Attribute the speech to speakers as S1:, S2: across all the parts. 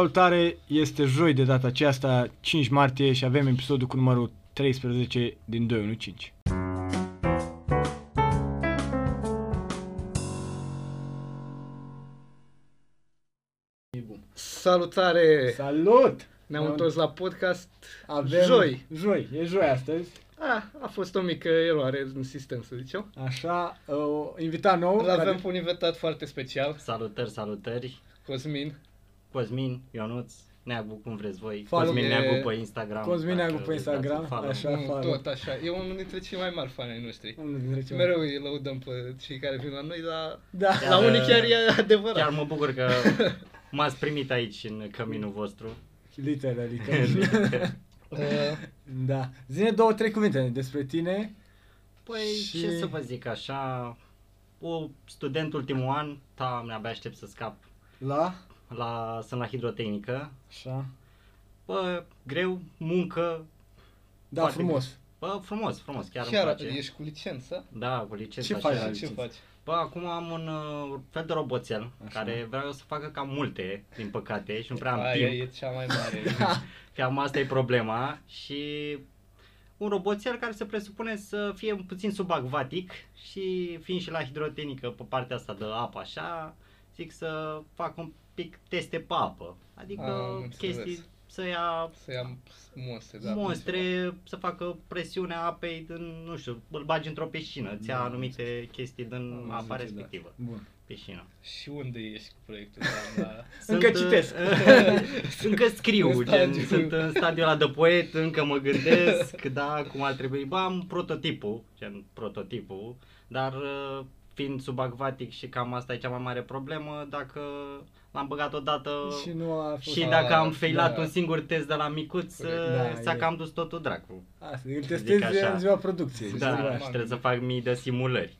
S1: Salutare, este joi de data aceasta, 5 martie și avem episodul cu numărul 13 din 215.
S2: Salutare!
S1: Salut!
S2: Ne-am
S1: Bun.
S2: întors la podcast.
S1: Avem
S2: Joi.
S1: Joi, e joi astăzi.
S2: A, a fost o mică eroare în sistem, să zicem.
S1: Așa, uh, invitat nou.
S2: Îl
S1: care-
S2: avem pe un invitat foarte special,
S3: Salutări, salutări!
S2: Cosmin.
S3: Cosmin, Ionuț, Neagu, cum vreți voi.
S1: Follow
S3: Cosmin
S2: me.
S3: Neagu pe Instagram.
S1: Cosmin
S3: dacă
S1: Neagu pe
S3: vreți
S1: Instagram,
S3: dați un follow.
S1: așa. Da,
S2: Nu,
S1: fare.
S2: tot așa. E unul dintre cei mai mari fani ai noștri.
S1: Unul dintre
S2: Și
S1: cei mai-
S2: mereu îi lăudăm pe cei care vin la noi, dar
S1: Da.
S3: Chiar,
S2: la unii
S3: uh,
S2: chiar e adevărat.
S3: Chiar mă bucur că m-ați primit aici în căminul vostru.
S1: Literă, literă.
S2: Uh,
S1: da. Zine două, trei cuvinte despre tine.
S3: Păi,
S1: Și-
S3: și... ce să vă zic așa, o student ultimul an, ta, mi-abia aștept să scap.
S1: La?
S3: La, sunt la hidrotehnică.
S1: Așa.
S3: Bă, greu, muncă,
S1: Da,
S3: Foarte
S1: frumos.
S3: bă, frumos, frumos, chiar,
S2: chiar
S3: îmi place.
S2: ești cu licență?
S3: Da, cu licența.
S1: Ce faci la
S3: așa.
S2: și ce
S1: licență.
S2: faci?
S3: Bă, acum am un uh, fel de roboțel
S1: Așa.
S3: Așa. care vreau să facă cam multe, din păcate, și nu prea am
S2: Aia
S3: timp.
S2: e cea mai mare.
S3: Cam asta e problema și un roboțel care se presupune să fie puțin subacvatic și fiind și la hidrotehnică pe partea asta de apă așa, zic să fac un pic teste pe apă. Adică
S2: Am înțeles.
S3: chestii să ia
S2: să iau monstre, da.
S3: da, mostre, să facă presiunea apei din, nu știu, îl bagi într-o piscină, ți ia
S1: Da, am
S3: anumite chestii din
S1: Am
S3: apa
S1: înțeles, da.
S3: respectivă,
S1: Bun.
S3: piscină.
S2: Și unde ești cu proiectul ăla? Da.
S1: Încă citesc.
S3: uh, încă scriu,
S2: În
S3: în gen,
S2: stadiu.
S3: sunt în stadiul ăla de poet, încă mă gândesc, da, cum ar trebui. Ba, am prototipul, gen prototipul, dar uh, fiind subacvatic și cam asta e cea mai mare problemă, dacă l-am băgat odată
S1: Și nu a fost...
S3: și
S2: Ah,
S3: dacă am feilat
S2: da.
S3: un singur test de la micuț,
S2: Corect.
S3: uh,
S1: Da,
S3: s-a
S1: e-
S3: cam dus totul dracu.
S1: Asta, îl
S3: zic
S1: testezi
S3: așa.
S1: în ziua producției.
S2: Deci
S3: Da,
S2: normal.
S3: și trebuie să fac mii de simulări.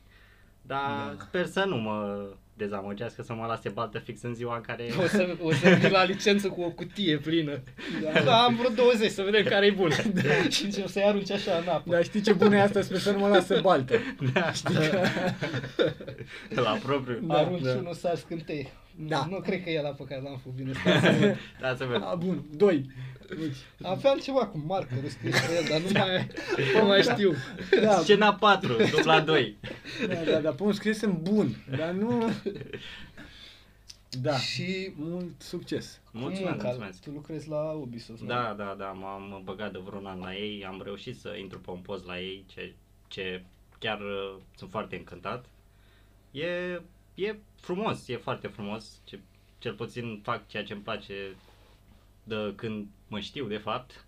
S3: Dar
S1: Da.
S3: sper să nu mă dezamăgească, să mă lase baltă fix în ziua în care...
S2: O să, o să vii la licență cu o cutie plină.
S1: Da.
S2: Da, am vreo 20, să vedem care e bună. Și încep să-i arunci așa în apă.
S1: Dar știi ce bună e asta? Sper să nu mă lasă baltă.
S3: Da, La propriu.
S1: Da,
S2: arunci
S1: da.
S2: unul să scântei.
S1: Da.
S2: Nu cred că e la pe care l-am făcut bine. stai.
S3: Da, să vedem.
S1: A, bun, doi. Deci,
S2: Aveam ceva cu markerul scris pe el, dar nu mai, nu mai știu.
S1: da,
S3: Scena 4, dubla 2.
S1: da, da, da, pe un scris în bun, dar nu... Da,
S2: Și
S1: mult succes.
S3: Mulțumesc,
S2: munca,
S3: mulțumesc.
S2: Tu lucrezi la Ubisoft, nu?
S3: Da, da, da, m-am băgat de vreun an la ei, am reușit să intru pe un post la ei, ce, ce chiar uh, sunt foarte încântat. E, e frumos, e foarte frumos, ce, cel puțin fac ceea ce îmi place de când mă știu, de fapt.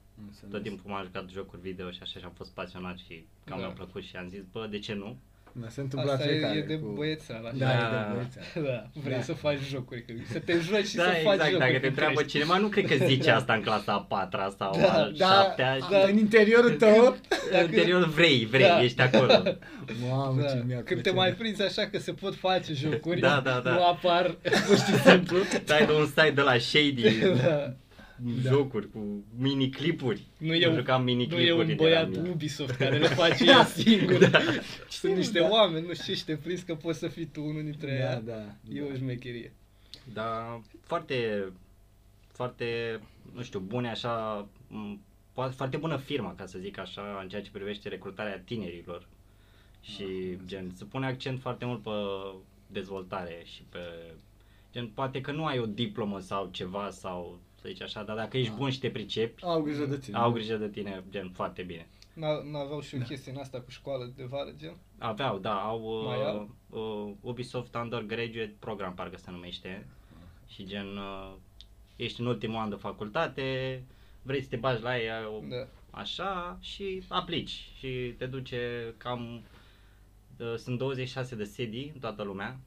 S3: Tot timpul m-am jucat jocuri video și așa și am fost pasionat și cam
S2: Da.
S3: mi-a plăcut și am zis, bă, de ce nu?
S1: Mi s-a întâmplat
S2: Asta e,
S1: Da, fiecare
S2: e de
S1: cu...
S2: băiețeală, așa.
S1: Da,
S3: Da.
S1: e de băieța.
S2: Da, vrei
S1: Da.
S2: să faci jocuri, că- să te joci și să
S3: da,
S2: faci
S3: exact,
S2: jocuri.
S3: dacă te
S2: când
S3: întreabă
S2: crești.
S3: cineva, nu cred că zice asta în clasa a patra sau
S2: Da,
S3: a
S1: Da,
S3: șaptea.
S1: da, în interiorul tău...
S3: În interior vrei, vrei,
S2: Da.
S3: ești acolo.
S1: Mamă, ce mi-a
S2: Da. Când te
S1: plăcut.
S2: mai prinzi așa că se pot face jocuri,
S3: Da, da, da.
S2: nu apar pur și simplu.
S3: Dai de un site de la Shady,
S2: da.
S3: jocuri cu miniclipuri.
S2: Nu e,
S3: Eu
S2: un,
S3: jucam
S2: nu e
S3: miniclipuri
S2: un băiat Ubisoft care le face el singur.
S3: Da.
S2: Sunt niște
S1: Da.
S2: oameni, nu știu, și te prinzi că poți să fii tu unul dintre
S1: Da,
S2: ea.
S1: da.
S2: E o șmecherie.
S3: Dar foarte, foarte, nu știu, bune așa, m, po- foarte bună firma, ca să zic așa, în ceea ce privește recrutarea tinerilor. Și
S1: Ah,
S3: gen, se pune accent foarte mult pe dezvoltare și pe gen, poate că nu ai o diplomă sau ceva sau să zici așa, dar dacă ești
S1: Ah.
S3: bun și te pricepi,
S1: Au grijă de tine.
S3: au grijă de tine, gen, foarte bine.
S2: N-a- N-aveau
S1: Da.
S2: și o chestie în asta cu școală de vară, gen?
S3: Aveau, da, au,
S2: Mai
S3: uh,
S2: au?
S3: uh, Ubisoft Undergraduate Program, parcă se numește. Și gen, uh, ești în ultimul an de facultate, vrei să te bagi la ei uh,
S2: Da.
S3: așa și aplici și te duce cam, uh, sunt 26 de sedii în toată lumea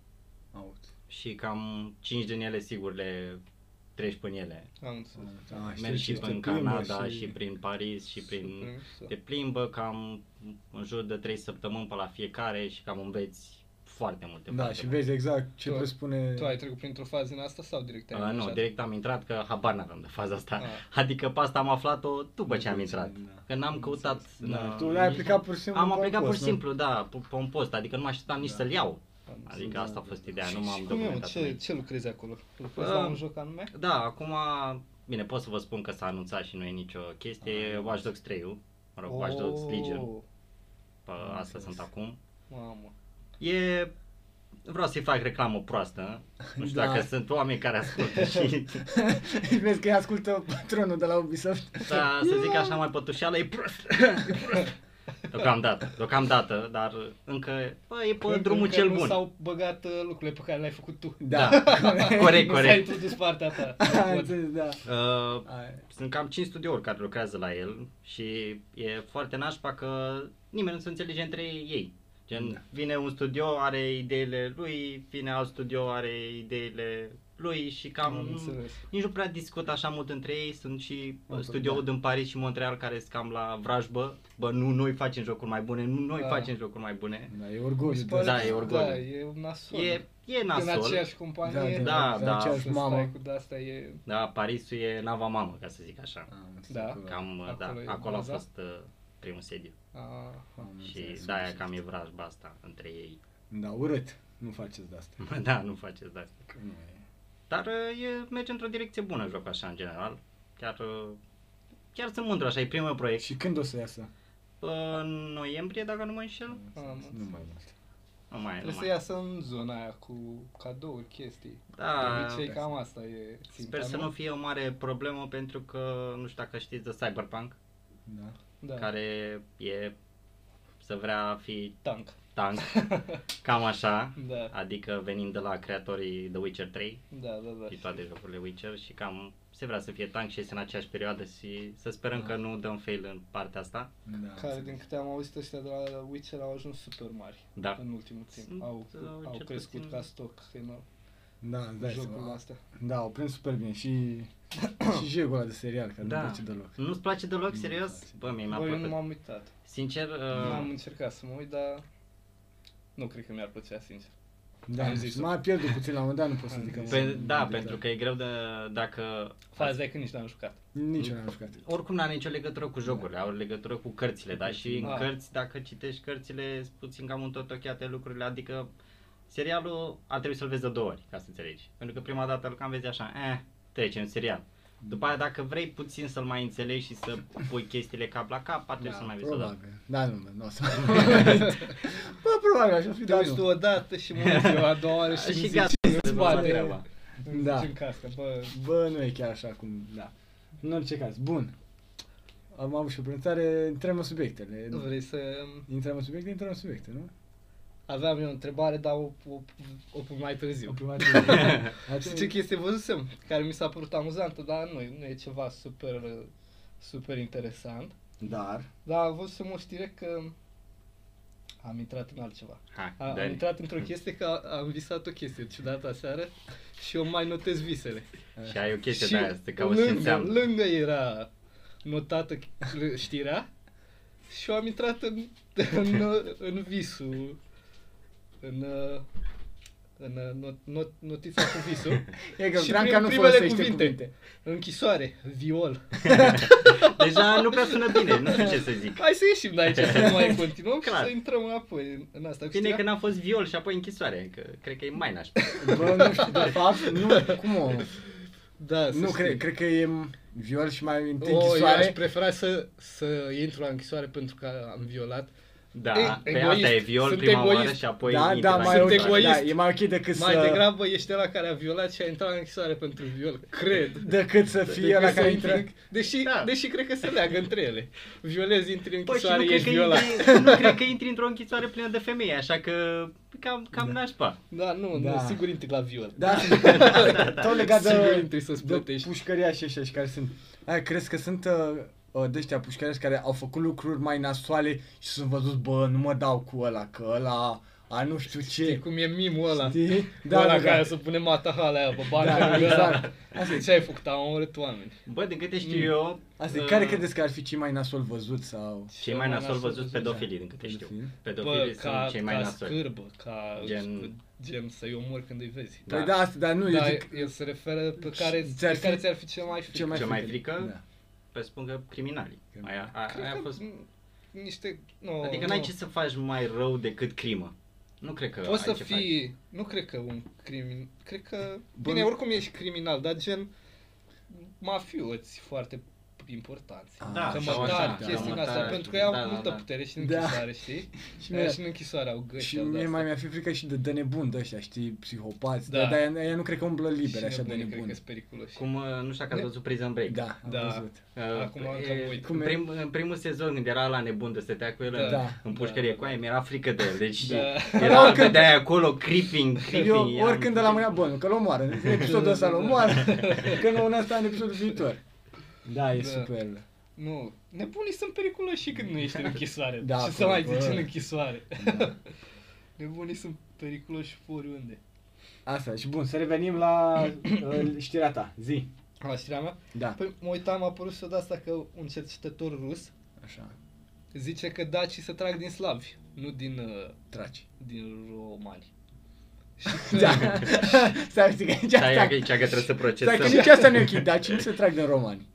S1: Aud.
S3: și cam 5 din ele sigur le treci prin ele.
S2: Am înțeles.
S1: Ah, știu
S3: Mergi și
S1: ce te
S3: prin
S1: plimbă
S3: Canada și... și prin Paris și prin
S1: Da.
S3: te plimbă cam în jur de 3 săptămâni pe la fiecare și cam înveți foarte multe
S1: Da,
S3: foarte
S1: și
S3: multe.
S1: vezi exact ce
S2: Tu-
S1: presupune...
S2: Tu ai trecut printr-o fază în asta sau direct ai
S3: Uh, nu,
S2: angajat?
S3: direct am intrat că habar n-aveam de faza asta.
S2: Ah.
S3: Adică pe asta am aflat-o după ce am
S1: După ce,
S3: intrat.
S1: da.
S3: Că n-am căutat...
S1: Da,
S3: n-am-
S1: tu l-ai aplicat pur și simplu
S3: Am
S1: pe un
S3: aplicat pur
S1: post,
S3: și
S1: nu?
S3: simplu, da, pe, pe un post. Adică nu mă așteptam nici
S1: Da.
S3: să-l iau.
S2: anume.
S3: Adică asta a fost ideea, nu
S2: Și- și
S3: m-am
S2: cum e, mă,
S3: documentat. Ah.
S2: ce,
S3: mai.
S2: ce lucrezi acolo? Lucrezi
S3: Bă,
S2: la un joc anume?
S3: Da, acum, bine, pot să vă spun că s-a anunțat și nu e nicio chestie, e
S1: Ah,
S3: Watch Dogs 3 -ul, mă rog, Watch Dogs Legion,
S2: Oh,
S3: pe asta sunt acum.
S2: Mamă.
S3: E... Vreau să-i fac reclamă proastă, nu știu
S2: Da.
S3: dacă sunt oameni care ascultă și,
S2: Vezi că îi ascultă patronul de la Ubisoft.
S3: da, să zic așa mai pătușeală, e prost, e prost. Deocamdată, deocamdată, dar încă, bă, e
S2: Cred
S3: pe
S2: că
S3: Păi, drumul
S2: încă
S3: cel
S2: nu
S3: bun.
S2: s-au băgat uh, lucrurile pe care le-ai făcut tu.
S3: Da,
S2: Nu
S3: corect,
S2: S-a
S3: corect.
S2: introdus partea ta.
S1: Am înțeles, da.
S3: Uh,
S1: Aia.
S3: sunt cam 5 studiouri care lucrează la el și e foarte nașpa că nimeni nu se înțelege între ei.
S2: Da.
S3: Gen, vine un studio, are ideile lui, vine alt studio, are ideile lui și cam
S2: Am înțeles.
S3: nici nu prea discut așa mult între ei. Sunt și uh,
S1: Ok,
S3: studioul
S1: da.
S3: din Paris și Montreal care sunt cam la vrajbă. Bă, nu, noi facem jocuri mai bune, nu, noi
S2: Da.
S3: facem jocuri mai bune.
S1: Da, e orgoliu.
S3: pare- Da, e orgoliu.
S2: Da, e un nasol.
S3: E, e
S2: În
S3: nasol.
S2: aceeași companie.
S3: Da, da, da.
S1: aceeași
S2: Să
S1: mamă.
S2: stai cu de-asta e...
S3: Da, Parisul e nava mamă, ca să zic așa.
S2: Da.
S3: Cam, uh, da,
S2: Acolo e
S3: acolo a
S2: baza.
S3: fost uh, primul sediu.
S2: A,
S3: Și da, aia cam e vrajba asta între ei.
S1: Da, urât. Nu faceți de asta.
S3: da, nu faceți de
S1: Că nu e.
S3: Dar uh, e, merge într-o direcție bună jocul așa în general. Chiar, uh, chiar sunt mândru așa, e primul proiect.
S1: Și când o să iasă?
S3: Uh, În noiembrie, dacă nu mă înșel.
S2: am
S1: Nu mai mult.
S3: Nu mai, e, nu
S2: Trebuie să
S3: mai. e.
S2: iasă în zona aia cu cadouri, chestii.
S3: Da,
S2: de obicei cam asta e ținta,
S3: sper să nu fie o mare problemă pentru că nu știu dacă știți de Cyberpunk,
S1: Da.
S2: Da,
S3: care e să vrea fi
S2: tank.
S3: tank, cam așa.
S2: Da,
S3: Adică venind de la creatorii The Witcher 3,
S2: da, da, da.
S3: și toate jocurile Witcher și cam se vrea să fie tank și este în aceeași perioadă și să sperăm că nu dăm fail în partea asta.
S1: da.
S2: Care din câte am auzit ăștia de la Witcher au ajuns super mari
S3: Da.
S2: în ultimul timp.
S3: Sunt,
S2: au,
S3: uh,
S2: au
S3: cel
S2: crescut
S3: puțin-
S2: ca stoc enorm
S1: Da, îți dai
S2: jocurile
S1: seama.
S2: astea.
S1: Da, au prins super bine și și jegul ăla de serial care
S3: Da.
S1: nu place deloc.
S3: Nu-ți place deloc,
S1: Nu-mi
S3: serios?
S1: place.
S3: Bă, mie mi-a
S2: Bă, eu nu
S3: plăcut. Uh.
S2: m-am uitat.
S3: Sincer,
S2: Nu am
S3: uh,
S2: încercat să mă uit, dar nu cred că mi-ar plăcea, sincer.
S1: Da,
S2: Am zis-o.
S1: m-a pierdut puțin la un moment dat, nu pot să
S2: Am
S1: zic că
S2: zis-o.
S3: pe,
S1: m-am
S3: da,
S1: uitat.
S3: pentru că e greu de dacă...
S2: Faza e că nici n-am jucat.
S1: Nici eu n-am jucat.
S3: Oricum n-are nicio legătură cu jocurile, au legătură cu cărțile, da? Și în
S2: Da.
S3: cărți, dacă citești cărțile, sunt puțin cam întotocheate lucrurile, adică serialul ar trebui să-l vezi de două ori, ca să înțelegi. Pentru că prima dată îl cam vezi așa, eh, trece în serial. După aia, dacă vrei puțin să-l mai înțelegi și să pui chestiile cap la cap, ar trebui să-l mai vezi o dată.
S1: Probabil. Da, nu, nu o să Bă, probabil așa fi,
S2: Te
S1: dar
S2: uiți tu
S1: nu.
S2: odată și mă uit eu a doua oară Da, și,
S3: Și
S2: îmi
S3: gata,
S2: zici, nu-ți
S3: rezolvat
S2: bate
S3: treaba.
S2: Îmi
S1: Da.
S2: zici în cască, bă,
S1: Bă, nu e chiar așa cum, da. În orice caz, bun. Am avut și o prezentare, intrăm în subiectele.
S2: nu vrei să...
S1: Intrăm în subiecte, intrăm în subiecte, nu?
S2: Aveam eu o întrebare, dar o, o, o pun mai târziu.
S1: O prima dată.
S2: Știi ce chestie văzusem, care mi s-a părut amuzantă, dar nu, e- nu e ceva super, super interesant.
S1: Dar,
S2: Dar văzusem o știre că am intrat în altceva.
S3: Hai,
S2: A, am
S3: Dani.
S2: intrat într-o chestie că a- am visat o chestie ciudată aseară și eu mai notez visele.
S3: Și ai o chestie
S2: Și
S3: de aia, să te cauți ce
S2: lângă,
S3: înseamnă.
S2: lângă era notată ch- știrea și eu am intrat în, în, în visul, în, în not, not, notița cu visul,
S1: e că
S2: Și
S1: Branca
S2: prim-
S1: nu
S2: primele
S1: folosește
S2: cuvinte.
S1: cuvinte.
S2: închisoare, viol.
S3: Deja nu prea sună bine, nu știu ce să zic.
S2: Hai să ieșim de aici, să nu mai continuăm
S3: Clar.
S2: și să intrăm înapoi în, în asta cu
S3: Bine
S2: știrea.
S3: că n-a fost viol și apoi închisoare, că cred că e mai nașpa.
S1: Bă, nu știu, de fapt, nu, cum o...
S2: Da, să
S1: Nu,
S2: știi.
S1: cred, cred că e viol și mai întâi
S2: O, eu aș
S1: închisoare.
S2: prefera să, să intru la închisoare pentru că am violat.
S3: Da,
S2: Ei,
S3: pe
S2: egoist.
S3: asta e viol
S2: Sunt
S3: prima oară
S2: egoist.
S3: și apoi
S1: da,
S3: intră
S1: da,
S3: la
S1: mai
S2: Sunt
S1: ok,
S3: închisoare.
S2: egoist.
S1: da, e mai ok decât
S2: Mai
S1: să...
S2: degrabă ești la care a violat și a intrat la închisoare pentru viol. Cred.
S1: Decât Deci să fie
S2: Decât
S1: la
S2: să
S1: care
S2: intri
S1: intră...
S2: în- Deși,
S3: Da.
S2: deși cred că se leagă între ele. Violezi, intri în
S3: Păi și
S2: închisoare,
S3: nu cred,
S2: ești
S3: că
S2: violat.
S3: intri, nu cred că intri într-o închisoare plină de femei, așa că cam, cam
S1: Da.
S3: nașpa.
S2: Da, nu,
S1: Da.
S2: nu, sigur intri la viol.
S1: Da, tot legat
S2: da. Sigur
S1: de,
S2: intri să-ți
S1: de
S2: plătești.
S1: pușcăria și ăștia și care sunt. Aia, crezi că sunt uh, uh, de ăștia pușcăriași care au făcut lucruri mai nasoale și sunt văzut, bă, nu mă dau cu ăla, că ăla a nu știu
S2: Știi
S1: ce.
S2: cum e mimul ăla?
S1: Știi?
S2: Da, ăla care să pune matahala aia pe bancă.
S1: Da,
S2: lângă ăla.
S1: exact. Asta e.
S2: Ce ai făcut? Am omorât oameni.
S3: Bă, de câte știu eu...
S1: Asta e.
S3: uh,
S2: Da.
S1: Care credeți că ar fi cei mai nasol văzut sau...
S3: Cei mai nasol văzut pedofilii, din câte știu.
S1: Pedofili?
S3: Pedofilii
S2: Bă,
S3: sunt
S2: ca,
S3: cei
S2: ca
S3: mai nasoli.
S2: scârbă, ca
S3: Gen-
S2: gen, gen să-i omori când îi vezi.
S1: Păi da, asta, dar nu, eu
S2: Da,
S1: zic...
S2: el se referă pe care,
S1: Ți-ar
S2: pe
S1: fi-
S2: care ți-ar fi cel mai frică.
S1: Ce mai,
S3: Ce mai frică?
S1: Da.
S3: Pe spun că criminalii. Aia, a,
S2: Cred
S3: aia a
S2: că
S3: fost...
S2: niște... Nu,
S3: Adică
S2: nu.
S3: n-ai ce să faci mai rău decât crimă. Nu cred că ai
S2: Poți să
S3: ce
S2: fii, nu cred că un crimin, cred că,
S1: Bă,
S2: bine,
S1: nu-
S2: oricum ești criminal, dar gen mafioți foarte importanți.
S1: Ah,
S3: Da,
S2: Să
S3: sau
S2: mă
S3: așa,
S2: tar
S3: da,
S2: chestii din
S3: mătar
S2: astea,
S3: și-
S2: pentru că iau
S3: da, da,
S2: multă
S3: da.
S2: putere și în
S1: Da.
S2: închisoare, știi?
S1: Și
S2: Și, aia
S1: mi-a,
S2: și în închisoare au găși
S1: și
S2: au
S1: mie
S2: de-astea.
S1: mai mi-ar fi frică și de de nebun de ăștia, știi, psihopați.
S2: Da.
S1: Da. Dar ea, ea nu cred că umblă liber
S2: Și
S1: așa de
S2: nebunii Cred că
S1: nebun.
S2: sunt periculoși.
S3: Cum, uh, nu știu dacă ați văzut Prison Break.
S1: Da, am
S2: Da.
S1: văzut.
S3: Uh,
S2: Acum
S3: e-
S2: că mă uit.
S1: Cum
S3: în,
S1: e?
S3: prim, în primul sezon când era la nebun de stătea cu el în-
S2: Da.
S3: în pușcărie
S2: Da.
S3: cu aia, mi-era frică de el, deci
S2: Da.
S3: era,
S1: Oricând-
S3: de acolo creeping, creeping.
S1: Eu
S3: eram-
S1: oricând de la mâna bună, că l omoară. În episodul ăsta l omoară, că nu în asta în episodul viitor. Da, e
S2: Da.
S1: super.
S2: Nu, nebunii sunt periculoși și când nu ești în închisoare.
S1: Da,
S2: Ce să mai
S1: acolo,
S2: zici
S1: bă.
S2: în închisoare?
S1: Da.
S2: Nebunii sunt periculoși oriunde.
S1: Asta, și bun, să revenim la uh, știrea ta. Zi.
S2: La știrea mea?
S1: Da.
S2: Păi mă uitam, a apărut și de asta că un cercetător rus
S1: Așa,
S2: zice că dacii se trag din slavi, nu din, uh,
S1: traci.
S2: din romani. Și că,
S1: Da. Stai, știi că nici
S3: Stai,
S1: asta...
S3: că aici că trebuie
S1: Stai
S3: să
S1: că
S3: procesăm.
S1: nici asta nu e ok, daci nu se trag din romani.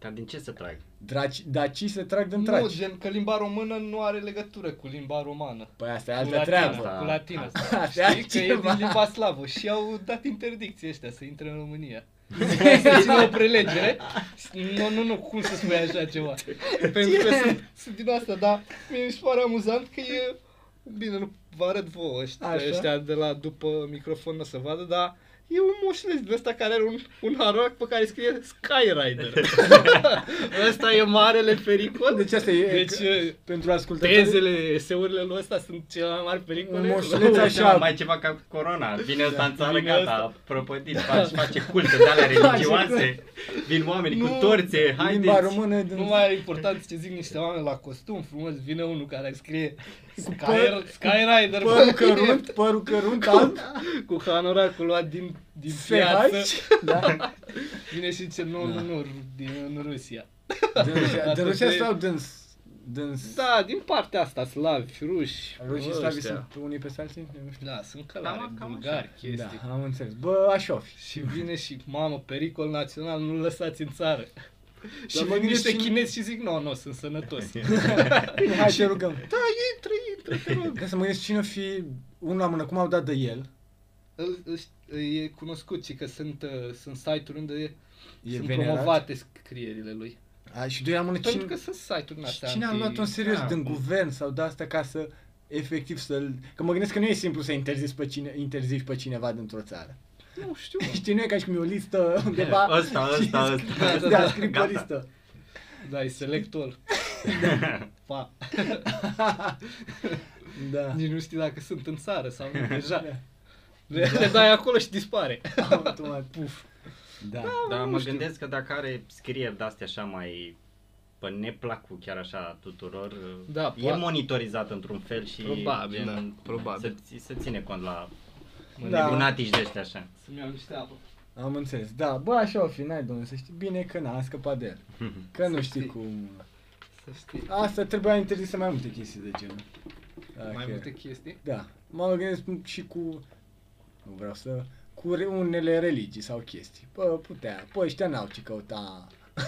S3: Dar din ce să trag?
S1: Draci, dacii se trag din
S2: nu,
S1: traci.
S2: gen că limba română nu are legătură cu limba romană.
S1: Păi asta e
S2: cu
S1: altă
S2: latina,
S1: treabă.
S2: Cu latina.
S1: Asta e
S2: Știi că e
S1: altceva.
S2: din limba slavă și au dat interdicție ăștia să intre în România. să țină o prelegere. Nu, nu, nu, cum să spui așa ceva? Pentru că sunt, sunt din asta, dar mi e pare amuzant că e... Bine, nu vă arăt vouă ăștia,
S1: Așa.
S2: ăștia de la după microfon nu se vadă, dar e un moșleț din ăsta care are un, un haroc pe care scrie Skyrider. ăsta e marele pericol.
S1: Deci asta e...
S2: Deci,
S1: că- pentru ascultători...
S2: Tezele, eseurile lui ăsta sunt cele mai mari pericole.
S1: Un moșleț Uite așa.
S3: mai ceva ca corona. Vine
S1: Da.
S3: ăsta în țară,
S2: Vine
S3: gata,
S2: ăsta.
S3: prăpădit, face, face culte de alea religioase.
S1: Face
S3: Vin oameni
S2: Nu.
S3: cu torțe,
S1: Limba
S3: haideți.
S1: română... din-
S2: Nu mai are important ce zic niște oameni la costum frumos, vine unul care scrie Sky,
S1: păr-
S2: Sky Rider
S1: Părul
S2: pe mine,
S1: cărunt, părul cărunt, alb,
S2: cu hanoracul luat din, din
S1: se
S2: piață,
S1: haci. Da.
S2: vine și zice nu,
S1: Da.
S2: nu, nu, din Rusia.
S1: Dâns-
S2: Asta
S1: Dâns
S2: e-
S1: sau dâns? Dâns.
S2: Da, din partea asta, slavi, ruși,
S1: Rușii
S2: ăștia.
S1: slavi sunt unii pe alții? Nu știu.
S2: Da, sunt călare,
S3: Cam- cam
S2: bulgari,
S3: așa.
S2: chestii.
S1: Da, am înțeles. Bă, așofi.
S2: Și vine și, mamă, pericol național, nu-l lăsați în țară. și
S1: mă
S2: vin
S1: gândesc
S2: niște
S1: și-
S2: chinezi și zic, nu, nu, sunt sănătos.
S1: Bine, hai te rugăm.
S2: da, intră, intră, te rog.
S1: Ca să mă gândesc cine o fi unul la mână, cum au dat de el,
S2: Îl- își- E cunoscut și că sunt, uh, sunt site-uri unde
S1: e
S2: sunt
S1: venerat.
S2: promovate scrierile lui.
S1: A, și doi la mână,
S2: Pentru că
S1: cine,
S2: sunt site-uri în
S1: și
S2: astea
S1: cine a
S2: anti- Ah.
S1: luat-o în serios
S3: da,
S1: din
S3: cum-
S1: guvern sau de asta ca să efectiv să-l... Că mă gândesc că nu e simplu să interzici pe, cine, interzici pe cineva dintr-o țară.
S2: Nu știu.
S1: Știi, nu e ca și cum e o listă undeva...
S3: Ăsta,
S1: și
S3: ăsta,
S1: scrii-
S3: ăsta,
S1: Da,
S3: ăsta,
S1: da, scrii pe
S3: gata.
S1: listă.
S2: Da, e selector. Pa.
S1: Da.
S2: Nici nu știi dacă sunt în țară sau nu, deja.
S1: Da.
S2: Le, le dai acolo și dispare.
S1: Automat. Puf. Da.
S3: Dar
S2: Nu
S3: mă
S2: știu.
S3: gândesc că dacă are scrieri de-astea așa mai pe neplacul chiar așa tuturor,
S2: Da,
S3: e
S2: poate.
S3: monitorizat într-un fel și
S2: Probabil,
S3: gen,
S2: da, probabil.
S3: Se, se ține cont la
S1: Da.
S2: Da.
S3: nebunatici de ăștia așa.
S2: Să-mi iau niște apă.
S1: Am înțeles. Da, bă, așa o fi, n-ai domnule, să știi bine că n-a scăpat de el. Că nu
S2: Să
S1: știi
S2: știi.
S1: cum...
S2: Să știi.
S1: Asta trebuia interzisă mai multe chestii de genul.
S2: Mai
S1: Dacă-
S2: multe chestii.
S1: Da. Mă gândesc și cu... Nu vreau să... Cu re- unele religii sau chestii. Bă, putea. Bă, ăștia n-au ce căuta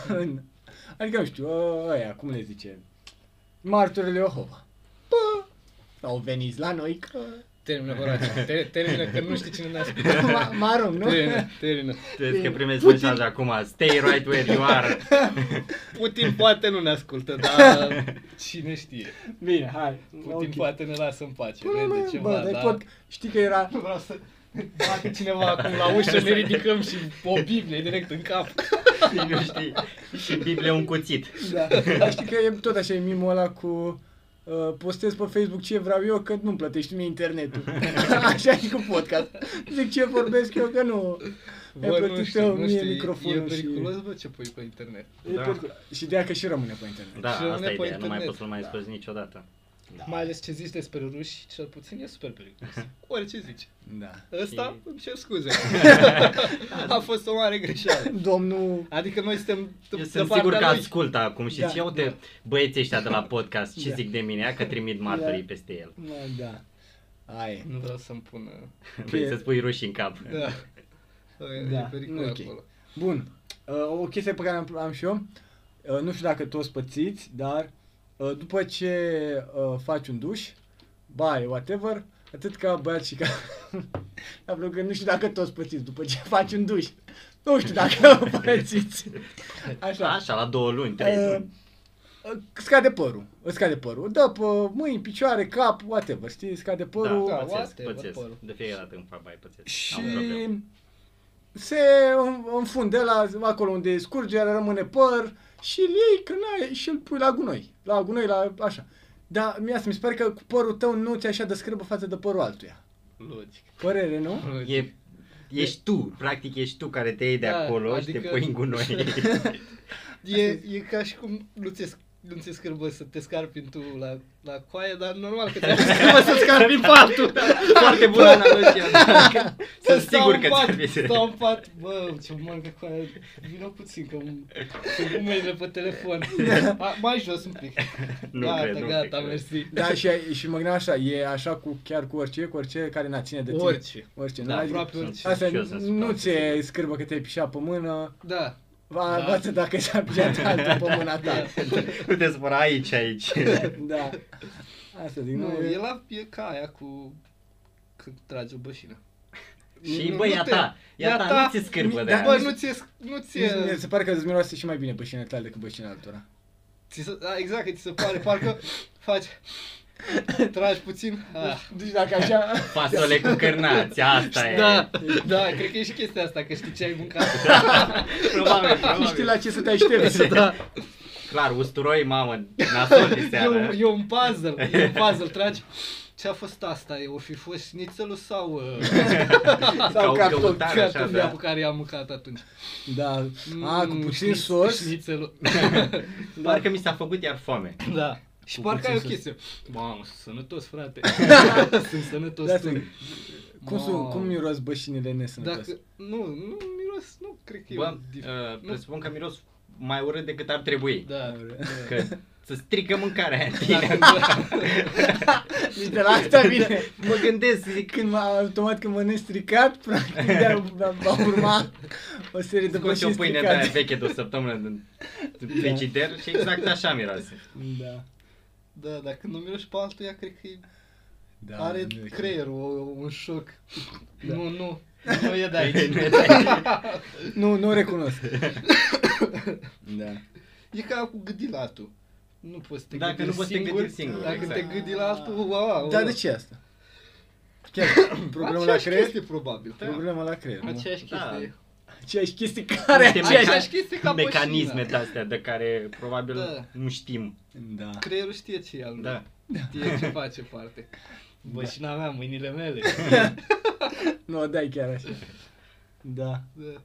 S1: în... Adică, nu știu, ă, ăia, cum le zice? Marturile Jehova. Bă, au venit la noi că...
S2: Termină, Horace. Te- Termină, că nu știi cine ne ascultă.
S1: Ma- mă arunc, nu?
S2: Termină, termină.
S3: Vezi că
S1: E
S3: primezi
S1: Putin.
S3: mesaj acum, stay right where you are.
S2: Putin poate nu ne ascultă, dar cine știe.
S1: Bine, hai.
S2: Putin
S1: ok.
S2: poate ne lasă în pace.
S1: Până
S2: Vede
S1: mai,
S2: ceva,
S1: bă, dar
S2: da.
S1: pot... Știi că era...
S2: Nu vreau să bate cineva acum la ușă, ne ridicăm și o Biblie direct în cap.
S3: nu știi. Și Biblie un cuțit.
S1: Da, dar știi că e tot așa, e mimul ăla cu uh, postez pe Facebook ce vreau eu că nu-mi plătești mie internetul. așa e cu podcast. Zic ce vorbesc eu că nu. Mi-a plătit eu mie
S2: e
S1: microfonul și-
S2: periculos, bă, ce pui pe internet.
S1: E
S3: Da.
S1: pentru- Și de că și rămâne pe internet.
S3: Da,
S2: Și rămâne
S3: asta e
S2: pe
S3: ideea, nu mai
S2: internet. Da.
S3: poți să-l mai spui niciodată. Da.
S2: Mai ales ce zici despre ruși, cel puțin e super periculos. Orice zici.
S1: Da.
S2: Ăsta,
S3: Și-
S2: îmi cer scuze. A fost o mare greșeală.
S1: Domnul...
S2: Adică noi suntem de-
S3: Eu
S2: de
S3: sunt sigur
S2: partea
S3: că
S2: lui.
S3: ascultă acum și
S1: Da.
S3: zice, uite, băieții ăștia de la podcast, ce
S1: Da.
S3: zic de mine, Ia că trimit martorii
S1: Da.
S3: peste el.
S1: Da, da. Ai.
S2: Nu vreau să-mi pună...
S3: Vrei să-ți pui rușii în cap.
S2: Da. E
S1: Da,
S2: pericol
S1: ok.
S2: acolo.
S1: Bun. Uh, o chestie pe care am, am și eu, uh, nu știu dacă toți pățiți, dar uh, după ce uh, faci un duș, baie, whatever, Atât ca băiat și ca... Dar vreau că nu știu dacă toți pățiți după ce faci un duș. Nu știu dacă pățiți. Așa.
S3: Da. Așa, la două luni, trei
S1: Eh,
S3: luni.
S1: Îți scade părul, îți scade părul. Dă pe mâini, picioare, cap, whatever, știi, îți scade părul.
S2: Da,
S3: Da, pățesc,
S2: whatever,
S3: pățesc.
S2: părul.
S3: De fiecare dată îmi fac bai, pățesc.
S1: Și
S3: Am probleme.
S1: se în- înfunde la acolo unde scurge, rămâne păr și îl iei când ai și îl pui la gunoi. La gunoi, la așa. Dar mi asta mi se pare că cu părul tău nu ți așa de scârbă față de părul altuia.
S2: Logic.
S1: Părere, nu?
S2: Logic.
S3: E, ești tu, practic ești tu care te iei de
S2: Da,
S3: acolo și te
S2: adică-
S3: pui în gunoi.
S2: E, e ca și cum nu ți nu ți scârbă să te scarpi tu la, la coaie, dar normal că te scârbă să scarpi în patul.
S3: Foarte bună analogia.
S2: Bă,
S3: Sunt sigur Da. că
S2: pat,
S3: ți
S2: Stau în pat, bă, ce mănâncă coaie, vină puțin că sunt cu mâinile pe telefon. A, mai jos un pic.
S3: Nu
S2: gata,
S3: cred, nu
S2: gata,
S3: cred.
S2: mersi.
S1: Da, și, și mă gândeam așa, e așa cu chiar cu orice, cu orice care n ține de tine.
S2: Orice.
S1: Orice,
S2: Da,
S1: nu? Adică-
S2: aproape orice.
S1: Asta
S3: Și eu sunt
S1: nu
S3: supărat.
S1: ți scârbă că te-ai pișat pe mână,
S2: Da.
S1: va
S2: Da.
S1: da. dacă ți-a pișat altul pe mâna ta.
S3: Nu te spăra aici, aici.
S1: Da. Asta zic, nu,
S2: Nu,
S1: e-
S2: e, la, e ca aia cu când tragi o bășină.
S3: și
S2: Nu,
S3: băi,
S2: nu
S3: ea
S2: te-
S3: ta,
S2: ea
S3: ea ta,
S2: ta-
S3: nu ți scârbă de
S2: Da, bă,
S3: aia.
S2: nu ți nu ți
S1: Mie mi se pare că îți miroase și mai bine bășina tale decât bășina altora.
S2: ți se, da, exact, că ți se pare, parcă faci, tragi puțin, ah.
S1: Deci dacă așa...
S3: Fasole cu cârnați, asta e.
S2: Da, da, cred că e și chestia asta, că știi ce ai mâncat.
S3: Da, Probabil,
S1: Nu știi
S3: probabil.
S1: la ce să te aștepți.
S2: da,
S3: Clar, usturoi, mamă, nasol de
S2: e, un,
S3: seară.
S2: e un puzzle, e un puzzle, tragi. Ce a fost asta? E, o fi fost șnițelul sau uh,
S1: Sau
S3: un
S1: cartofi,
S3: căutar, așa,
S2: cartofia
S3: da.
S2: cu care i-am mâncat atunci?
S1: Da. A, cu
S2: Mm,
S1: puțin
S2: șniț-
S1: sos.
S2: Șnițelul.
S3: Parcă mi s-a făcut iar foame.
S2: Da. Și
S1: Cu
S2: parcă ai o
S1: puțin sos.
S2: chestie. Mamă, sunt sănătos, frate. sunt
S1: Da,
S2: sănătos.
S1: să-
S2: tu.
S1: Cum,
S2: Mamă.
S1: sunt, cum miros bășinile nesănătoase?
S2: Dacă, nu, nu, miros, nu, cred că e
S3: Bă,
S2: un dif-
S3: uh,
S2: nu.
S3: presupun că miros mai urât decât ar trebui.
S2: Da.
S3: Că să strică mâncarea aia în
S2: Da,
S3: tine.
S1: Deci de la asta vine.
S3: Mă gândesc, zic,
S1: Când m-a, automat când mănânci stricat, practic de-a- va va urma o serie de
S3: scoți o
S1: bășini
S3: pâine de aia
S1: stricate.
S3: veche de o săptămână din din frigider și exact așa miroase.
S1: Da.
S2: da, dacă nu miroși pe altuia, cred că e-
S1: Da,
S2: are
S1: nu e-
S2: creierul o, un șoc. Nu, nu, nu e de aici.
S1: Nu, nu o recunosc. da.
S2: e ca cu gâdilatul. Nu poți să te
S3: Dacă
S2: gâdești
S3: nu poți să te
S2: singur,
S3: gâdești singur,
S2: Dacă
S3: exact.
S2: te gâdi la altul, wow,
S1: Dar de ce asta? Chiar problema la
S2: Aceeași
S1: creier?
S2: chestie,
S1: Da.
S2: probabil.
S1: Problema la creier. mă.
S2: Aceeași
S3: Da.
S2: chestie.
S1: Aceeași chestie care
S3: Niște
S1: aceeași...
S2: Aceeași chestie ca bășina.
S3: Mecanisme de astea de care probabil
S2: Da.
S3: nu știm.
S1: Da.
S2: Creierul știe ce e al meu.
S3: Da.
S2: Știe ce face parte. Bășina mea, mâinile mele.
S1: Nu, dai chiar așa. Da.
S2: Da.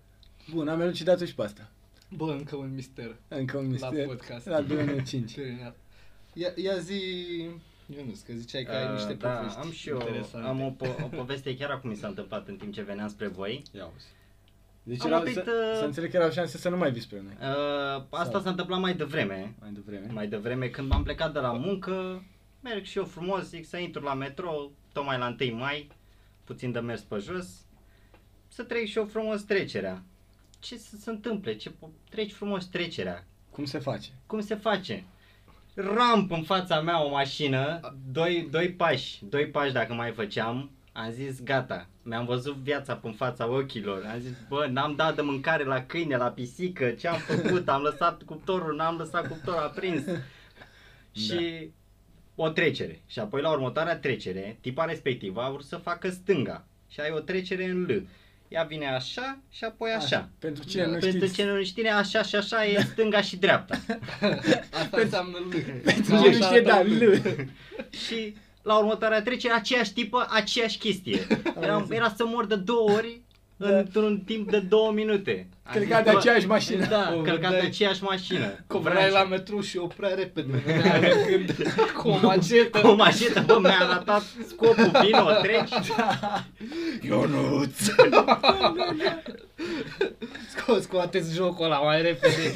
S1: Bun, am elucidat-o și pe asta.
S2: Bă, încă un mister.
S1: Încă un
S2: La
S1: mister.
S2: podcast.
S1: La 2005.
S2: Terminat. Ia, ia zi, Ionuț, că ziceai că ai
S3: Uh,
S2: niște
S3: da,
S2: povești
S3: am și eu,
S2: interesante.
S3: am o, po- o poveste chiar acum mi s-a întâmplat în timp ce veneam spre voi.
S2: Ia
S1: Deci
S3: Am
S1: erau,
S3: oprit,
S1: să,
S3: uh,
S1: să înțeleg că erau șanse să nu mai vii spre noi.
S3: Uh, asta
S1: Sau-
S3: s-a întâmplat mai devreme,
S1: Mai devreme.
S3: mai devreme când m-am plecat de la muncă, merg și eu frumos, zic să intru la metro, tocmai la 1 mai, puțin de mers pe jos, să trec și eu frumos trecerea. Ce să se întâmple? Ce, treci frumos trecerea.
S1: Cum se face?
S3: Cum se face? Ramp în fața mea o mașină, doi, doi pași, doi pași dacă mai făceam, am zis gata, mi-am văzut viața în fața ochilor, am zis bă, n-am dat de mâncare la câine, la pisică, ce am făcut, am lăsat cuptorul, n-am lăsat cuptorul aprins Da. și o trecere. Și apoi la următoarea trecere, tipa respectivă a vrut să facă stânga și ai o trecere în L. Ea vine așa și apoi așa.
S1: Pentru cine
S2: Da,
S1: nu
S3: Pentru
S1: știți.
S3: cine nu știe, așa și așa e stânga și dreapta.
S2: Asta înseamnă L.
S1: Pentru cine nu știe, da, L.
S3: și la următoarea trecere, aceeași tipă, aceeași chestie. Era, era să mor de două ori
S1: Da.
S3: într-un timp de două minute. Am
S1: Călcat
S3: zis,
S1: de
S3: bă,
S1: aceeași mașină.
S3: Da,
S2: O,
S3: călcat de
S2: vedeai.
S3: aceeași mașină.
S2: Cobrai la metru și oprea repede.
S3: Da.
S2: Când- Cu o macetă.
S3: Cu o mașină, bă, mi-a ratat scopul, vino, treci.
S1: Ionuț!
S2: Sco- Scoateți jocul ăla mai repede.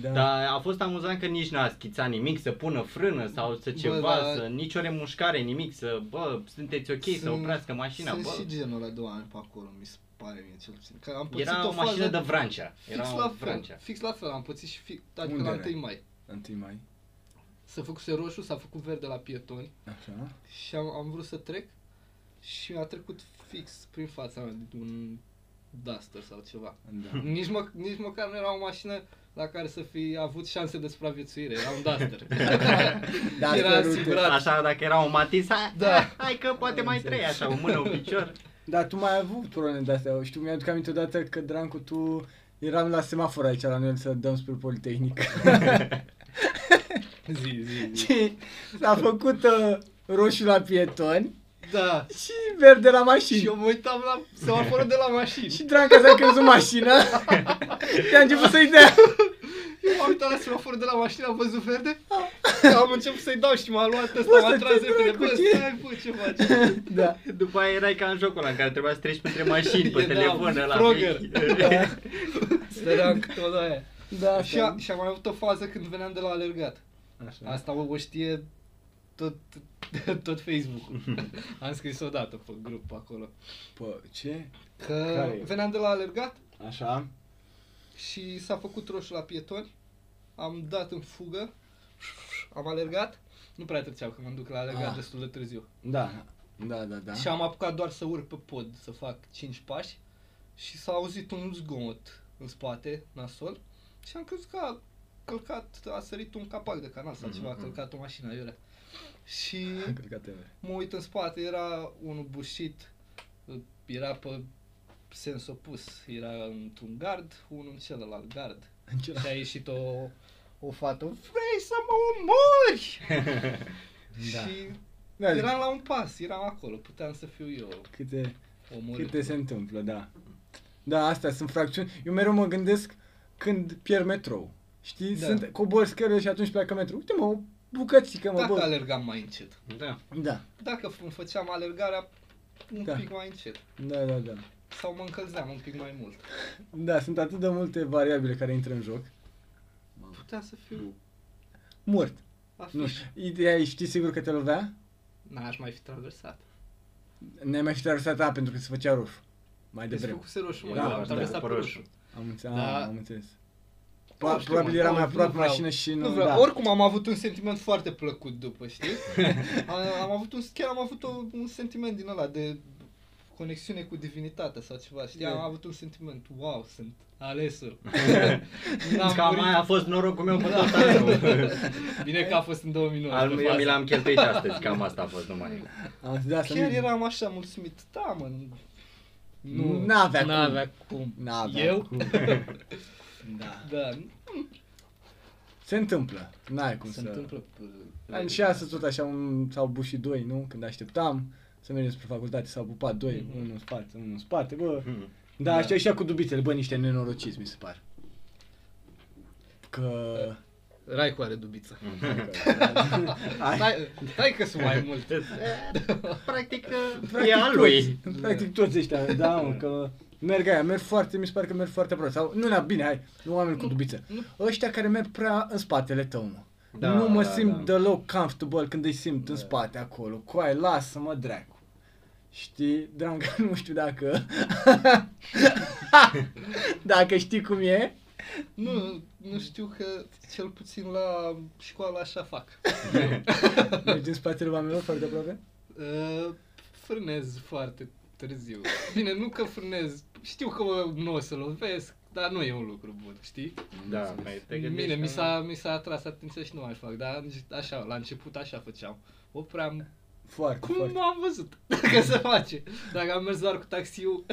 S1: Da.
S3: Dar a fost amuzant că nici n-a schițat nimic, să pună frână sau să ceva,
S2: da.
S3: să nicio remușcare, nimic, să, bă, sunteți ok, să
S2: Sunt-
S3: oprească mașina,
S2: Sunt
S3: bă.
S2: și genul ăla de oameni pe acolo, mi se pare mie cel puțin. Că am pățit
S3: Era o mașină
S2: fază
S3: de Vrancea.
S2: Fix
S3: Era
S2: la
S3: o
S2: fel,
S3: Vrancea.
S2: fix la fel, am pățit și fix, adică
S1: Unde
S2: la
S1: erai?
S2: 1 mai.
S1: 1 mai.
S2: S-a făcut roșu, s-a făcut verde la pietoni
S1: Așa.
S2: și am, am vrut să trec și mi-a trecut fix prin fața mea un Duster sau ceva.
S1: Da.
S2: Nici, mă, nici măcar nu era o mașină la care să fi avut șanse de supraviețuire, era un Duster.
S1: Dar
S2: Era
S1: sperul tău-
S2: asigurat.
S3: Așa, dacă era un matiz, hai,
S2: Da.
S3: hai că poate mai trei așa, o mână, un picior.
S1: Dar tu mai ai avut probleme de astea. Știu, mi-aduc aminte odată că, Drancu, tu eram la semafor aici la noi să dăm spre Politehnic.
S2: zi, zi, zi.
S1: și s-a făcut uh, roșu la pietoni
S2: Da.
S1: și verde la
S2: Și
S1: mașini.
S2: eu mă uitam la semaforul de la mașini.
S1: Și Dranca s-a crezut mașina și a început să-i dea.
S2: Eu m-am uitat la semaforul de la mașină, am văzut verde, am început să-i dau și m-a luat ăsta,
S1: Bă,
S2: m-a
S1: stai,
S2: tras
S1: stai,
S2: repede.
S1: cu
S2: Bă,
S1: tine.
S2: stai, bă, ce faci?
S1: Da.
S3: După aia erai ca în jocul ăla în care trebuia să treci printre mașini pe
S2: Era
S3: telefon ăla
S2: Frogger.
S3: vechi.
S2: Stăream câteodată aia.
S1: Da,
S2: Și, a, și am mai avut o fază când veneam de la alergat.
S1: Așa.
S2: Asta o, o știe tot, tot Facebook-ul. Am scris odată pe grup acolo.
S1: Pă, ce?
S2: Că
S1: Care e?
S2: veneam de la alergat
S1: Așa.
S2: și s-a făcut roșu la pietoni. Am dat în fugă, am alergat. Nu prea treceau, că mă duc la alergat
S1: Ah.
S2: destul de târziu.
S1: Da. Da, da, da.
S2: Și am apucat doar să urc pe pod, să fac 5 pași și s-a auzit un zgomot în spate, nasol, și am crezut că a călcat, a sărit un capac de canal sau ceva, a
S3: Mhm.
S2: călcat o mașină aiurea. Și
S1: Cred că te-
S2: mă uit în spate, era un bușit, era pe sens opus, era într-un gard, unul în celălalt gard.
S1: În ce-
S2: Și a ieșit o, o fată, vrei să mă omori?
S1: Da.
S2: Și
S1: Da,
S2: Eram la un pas, eram acolo, puteam să fiu eu
S1: câte,
S2: omorât.
S1: câte se întâmplă, da. Da, astea sunt fracțiuni. Eu mereu mă gândesc când pierd metrou. Știi?
S2: Da.
S1: Sunt, cobor scările și atunci pleacă metrou. Uite mă, o bucățică mă,
S2: Dacă
S1: bă.
S2: alergam mai încet.
S3: Da.
S1: Da,
S2: Dacă îmi făceam alergarea un
S1: Da.
S2: pic mai încet.
S1: da, da, da.
S2: Sau mă încălzeam un pic mai mult.
S1: Da, sunt atât de multe variabile care intră în joc.
S2: Putea să fiu
S1: Murt. Nu
S2: afiș.
S1: știu. Ideea e, știi sigur că te lovea?
S2: N-aș mai fi traversat.
S1: Ne-ai mai fi traversat a, pentru că se făcea roșu. Mai
S2: Deci
S1: devreme.
S2: cu roșu, mă,
S1: Da,
S2: eu
S1: da,
S2: am traversat
S3: pe
S2: pe
S3: roșu.
S2: roșu.
S1: Am înțeles.
S2: Da.
S1: Da. Am înțeles.
S2: Nu
S1: Pa,
S2: știu,
S1: probabil
S2: mă,
S1: era
S2: nu-
S1: mai
S2: nu
S1: aproape
S2: vreau.
S1: mașină și nu...
S2: Nu vreau.
S1: da.
S2: Oricum am avut un sentiment foarte plăcut după, știi? A- am avut un, chiar am avut o, un sentiment din ăla de conexiune cu divinitatea sau ceva, știi?
S1: Da.
S2: Am avut un sentiment, wow, sunt alesul. N-am
S3: Cam
S2: Da, murit.
S3: aia a fost norocul meu pe
S2: Da.
S3: tot anul.
S2: Bine că a fost în 2009.
S3: Al
S2: pe
S3: meu mi
S2: faza.
S3: l-am cheltuit astăzi, cam asta a fost numai.
S1: Am zis, da, să
S2: Chiar
S1: nu-
S2: eram așa mulțumit. Da, mă. Nu,
S1: N-avea cum.
S2: n-avea cum.
S1: N-avea
S2: Eu?
S1: cum. da.
S2: Da,
S1: Se întâmplă. N-ai cum
S2: cum se
S1: să...
S2: întâmplă. uh,
S1: În 6 tot așa un, s-au bușit doi, nu? Când așteptam să mergem spre facultate, s-au pupat doi,
S2: Mhm.
S1: unul în spate, unul în spate, bă.
S3: Mhm.
S1: Da,
S2: Da.
S1: așa și cu dubitele, bă, niște nenorociți, mi se pare. Că...
S2: Raicu are dubiță.
S1: Ai-
S2: Stai, stai că sunt mai multe.
S3: Practic,
S1: Practic
S3: e al lui.
S1: toți, Practic toți ăștia, da, mă, că merg aia, merg foarte, mi se pare că merg foarte prost. Sau, nu, na, bine, hai, nu oameni cu
S2: Nu,
S1: dubiță.
S2: nu.
S1: Ăștia care merg prea în spatele tău, mă.
S3: Da,
S1: nu mă
S3: da,
S1: simt
S3: da.
S1: deloc comfortable când îi simt în
S2: Da.
S1: spate acolo. Coai, lasă-mă, dracu. Știi, dragă, nu știu dacă... dacă știi cum e.
S2: Nu, nu știu că cel puțin la școală așa fac.
S1: Mergi în spatele oamenilor foarte aproape?
S2: Uh, Frânez foarte târziu. Bine, nu că frânez, știu că nu o să lovesc, dar nu e un lucru bun, știi?
S3: Da, mai te gândești
S2: Bine,
S3: că-
S2: mi s-a, mi s-a atras atenția și nu mai fac, dar așa, la început așa făceam. Opream
S1: Foarte,
S2: cum
S1: foarte.
S2: nu am văzut că se face. Dacă am mers doar cu taxiul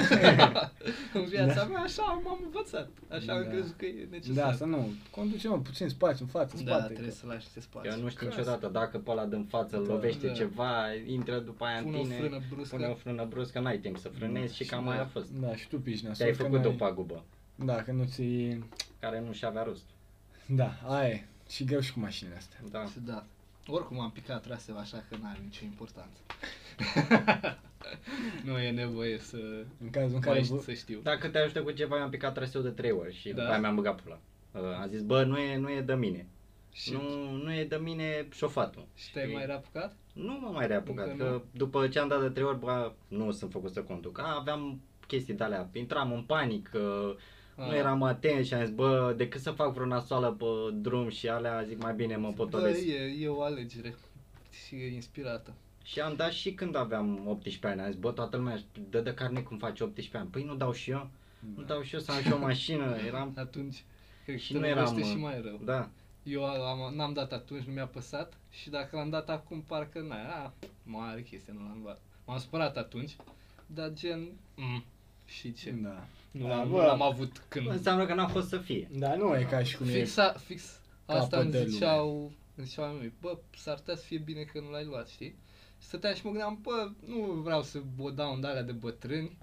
S2: în viața mea, așa m-am învățat. Așa am
S1: Da.
S2: crezut că e
S1: Da,
S2: necesar.
S1: să nu. Conduce-mă puțin spațiu, în față, în
S2: da
S1: spate.
S2: trebuie
S1: că-
S2: să lași să spațiu.
S3: Eu nu știu
S2: Ca
S3: niciodată dacă pe ăla din față
S1: Da.
S3: lovește
S2: Da.
S3: ceva, intră după aia
S2: să
S3: în
S2: Pune o
S3: tine,
S2: frână bruscă.
S3: pune o frână bruscă, n-ai timp să frânezi și cam aia a fost.
S1: Da, și tu piști nasol.
S3: Te-ai
S1: că
S3: făcut o
S1: n-ai-
S3: pagubă,
S1: Da, că nu ți...
S3: care nu și-avea rost.
S1: Da, aia e. Și greu și cu mașinile astea.
S3: Da.
S2: Și Da. Oricum am picat traseu, așa că n-are nicio importanță. nu e nevoie să
S1: În cazul în care...
S2: mai
S1: Vă... Da.
S2: să știu.
S3: Dacă te ajută cu ceva, am picat traseu de trei ori și
S2: Da.
S3: după aia mi-am băgat pula. Uh, Am zis, bă, nu e, nu e de mine.
S2: Și,
S3: Nu, nu e de mine șofatul.
S2: și te-ai mai reapucat?
S3: Nu m-am mai reapucat,
S2: Încă
S3: că
S2: nu.
S3: după ce am dat de trei ori, bă, nu sunt făcut să conduc. A, aveam chestii de alea, intram în panic, uh, Nu
S2: Ah.
S3: eram atent și am zis, bă, decât să fac vreo nasoală pe drum și alea, zic mai bine mă
S2: Da,
S3: potolesc.
S2: e, e o alegere și e inspirată.
S3: Și am dat și când aveam 18 ani, am zis, bă, toată lumea își dă de carne cum faci 18 ani. Păi nu dau și eu, nu
S2: Da.
S3: dau și eu să am și o mașină, eram...
S2: Atunci, cred
S3: Și
S2: că
S3: nu
S2: nu
S3: eram,
S2: eram,
S3: mă.
S2: și mai rău.
S3: Da,
S2: Eu am, n-am dat atunci, nu mi-a păsat și dacă l-am dat acum, parcă n-a, a, mare chestie, nu l-am luat. M-am supărat atunci, dar gen, mm, și ce?
S1: Da.
S2: Nu
S1: Da,
S2: l-am, nu
S1: bă.
S2: l-am avut când.
S3: înseamnă că n-a fost să fie.
S1: Da, nu e ca și cum e.
S2: Fix, a, fix asta
S1: capăt
S2: îmi
S1: de lume.
S2: ziceau, îmi ziceau mie, bă, s-ar putea să fie bine că nu l-ai luat, știi? Și stăteam și mă gândeam, bă, nu vreau să o dau în alea de bătrâni,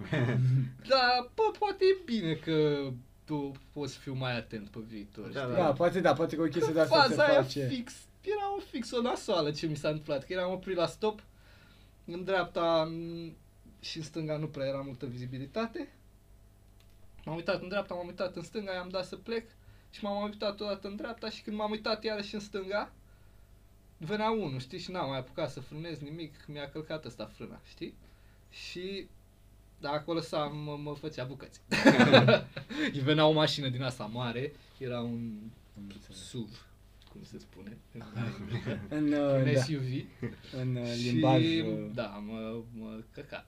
S2: dar, bă, poate e bine că tu poți să fiu mai atent pe viitor,
S3: Da,
S2: știi?
S1: Da, poate da, poate că o chestie de
S2: Că
S1: asta se
S2: faza aia
S1: face.
S2: fix, era o fix o nasoală ce mi s-a întâmplat, că eram oprit la stop, în dreapta m, și în stânga nu prea era multă vizibilitate. M-am uitat în dreapta, m-am uitat în stânga, i-am dat să plec și m-am uitat odată în dreapta și când m-am uitat iarăși în stânga, venea unul, știi, și n-am mai apucat să frânez nimic, mi-a călcat ăsta frâna, știi? Și da, acolo s-a, mă, mă făcea bucăți. Îi venea o mașină din asta mare, era un
S1: Am înțeles.
S2: SUV, cum se spune,
S1: În, uh,
S2: un
S1: Ah, da,
S2: SUV
S1: în uh,
S2: și
S1: limbaj. uh,
S2: da, mă, mă căca.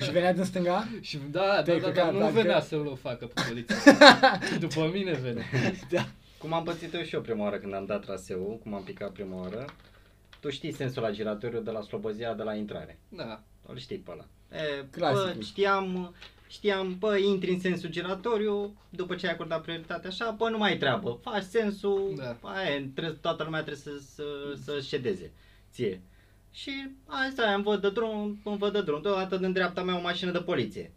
S1: Și venea din stânga?
S2: și da, da,
S1: Te-ai
S2: da,
S1: căcat, adică-
S2: da, nu
S1: dacă-
S2: venea să o facă pe poliție. După mine venea. Da.
S3: Cum am pățit eu și eu prima oară când am dat traseul, cum am picat prima oară, tu știi sensul la giratoriu de la Slobozia de la intrare.
S2: Da,
S3: Îl știi pe ăla. E,
S1: Clasic.
S3: Bă, știam, știam, bă, intri în sensul giratoriu, după ce ai acordat prioritate așa, bă, nu mai ai treabă. Faci sensul,
S2: Da.
S3: aia, e, trebuie, toată lumea trebuie să, să, să ședeze ție. Și asta îmi văd de drum, îmi văd de drum. Deodată din dreapta mea o mașină de poliție.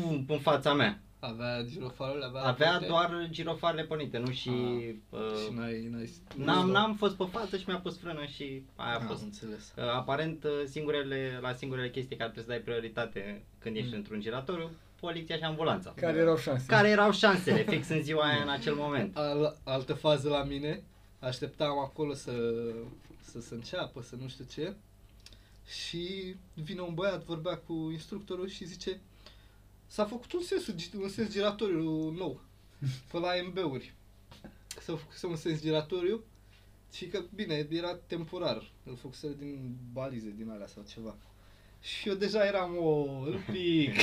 S3: Pum, în fața mea.
S2: avea girofarul, avea...
S3: Avea
S2: rapoarte
S3: doar girofarele pornite, nu și...
S2: Ah. Și
S3: Uh,
S2: n-ai, n-ai... Ah.
S3: N-am, n-am fost pe față și mi-a pus frână și aia a
S2: Am
S3: fost.
S2: înțeles.
S3: Uh, Aparent, uh, singurele, la singurele chestii care trebuie să dai prioritate când ești
S2: Mm.
S3: într-un giratoriu, poliția și ambulanța.
S1: Care erau șanse?
S3: Care erau șansele fix în ziua aia în acel moment?
S2: Al, altă fază la mine, așteptam acolo să, să se înceapă, să nu știu ce. Și vine un băiat, vorbea cu instructorul și zice S-a făcut un sens, un sens giratoriu nou, pe la MB-uri. S-a făcut un sens giratoriu și că, bine, era temporar, îl făcuseră din balize, din alea sau ceva. Și eu deja eram o, îl pic,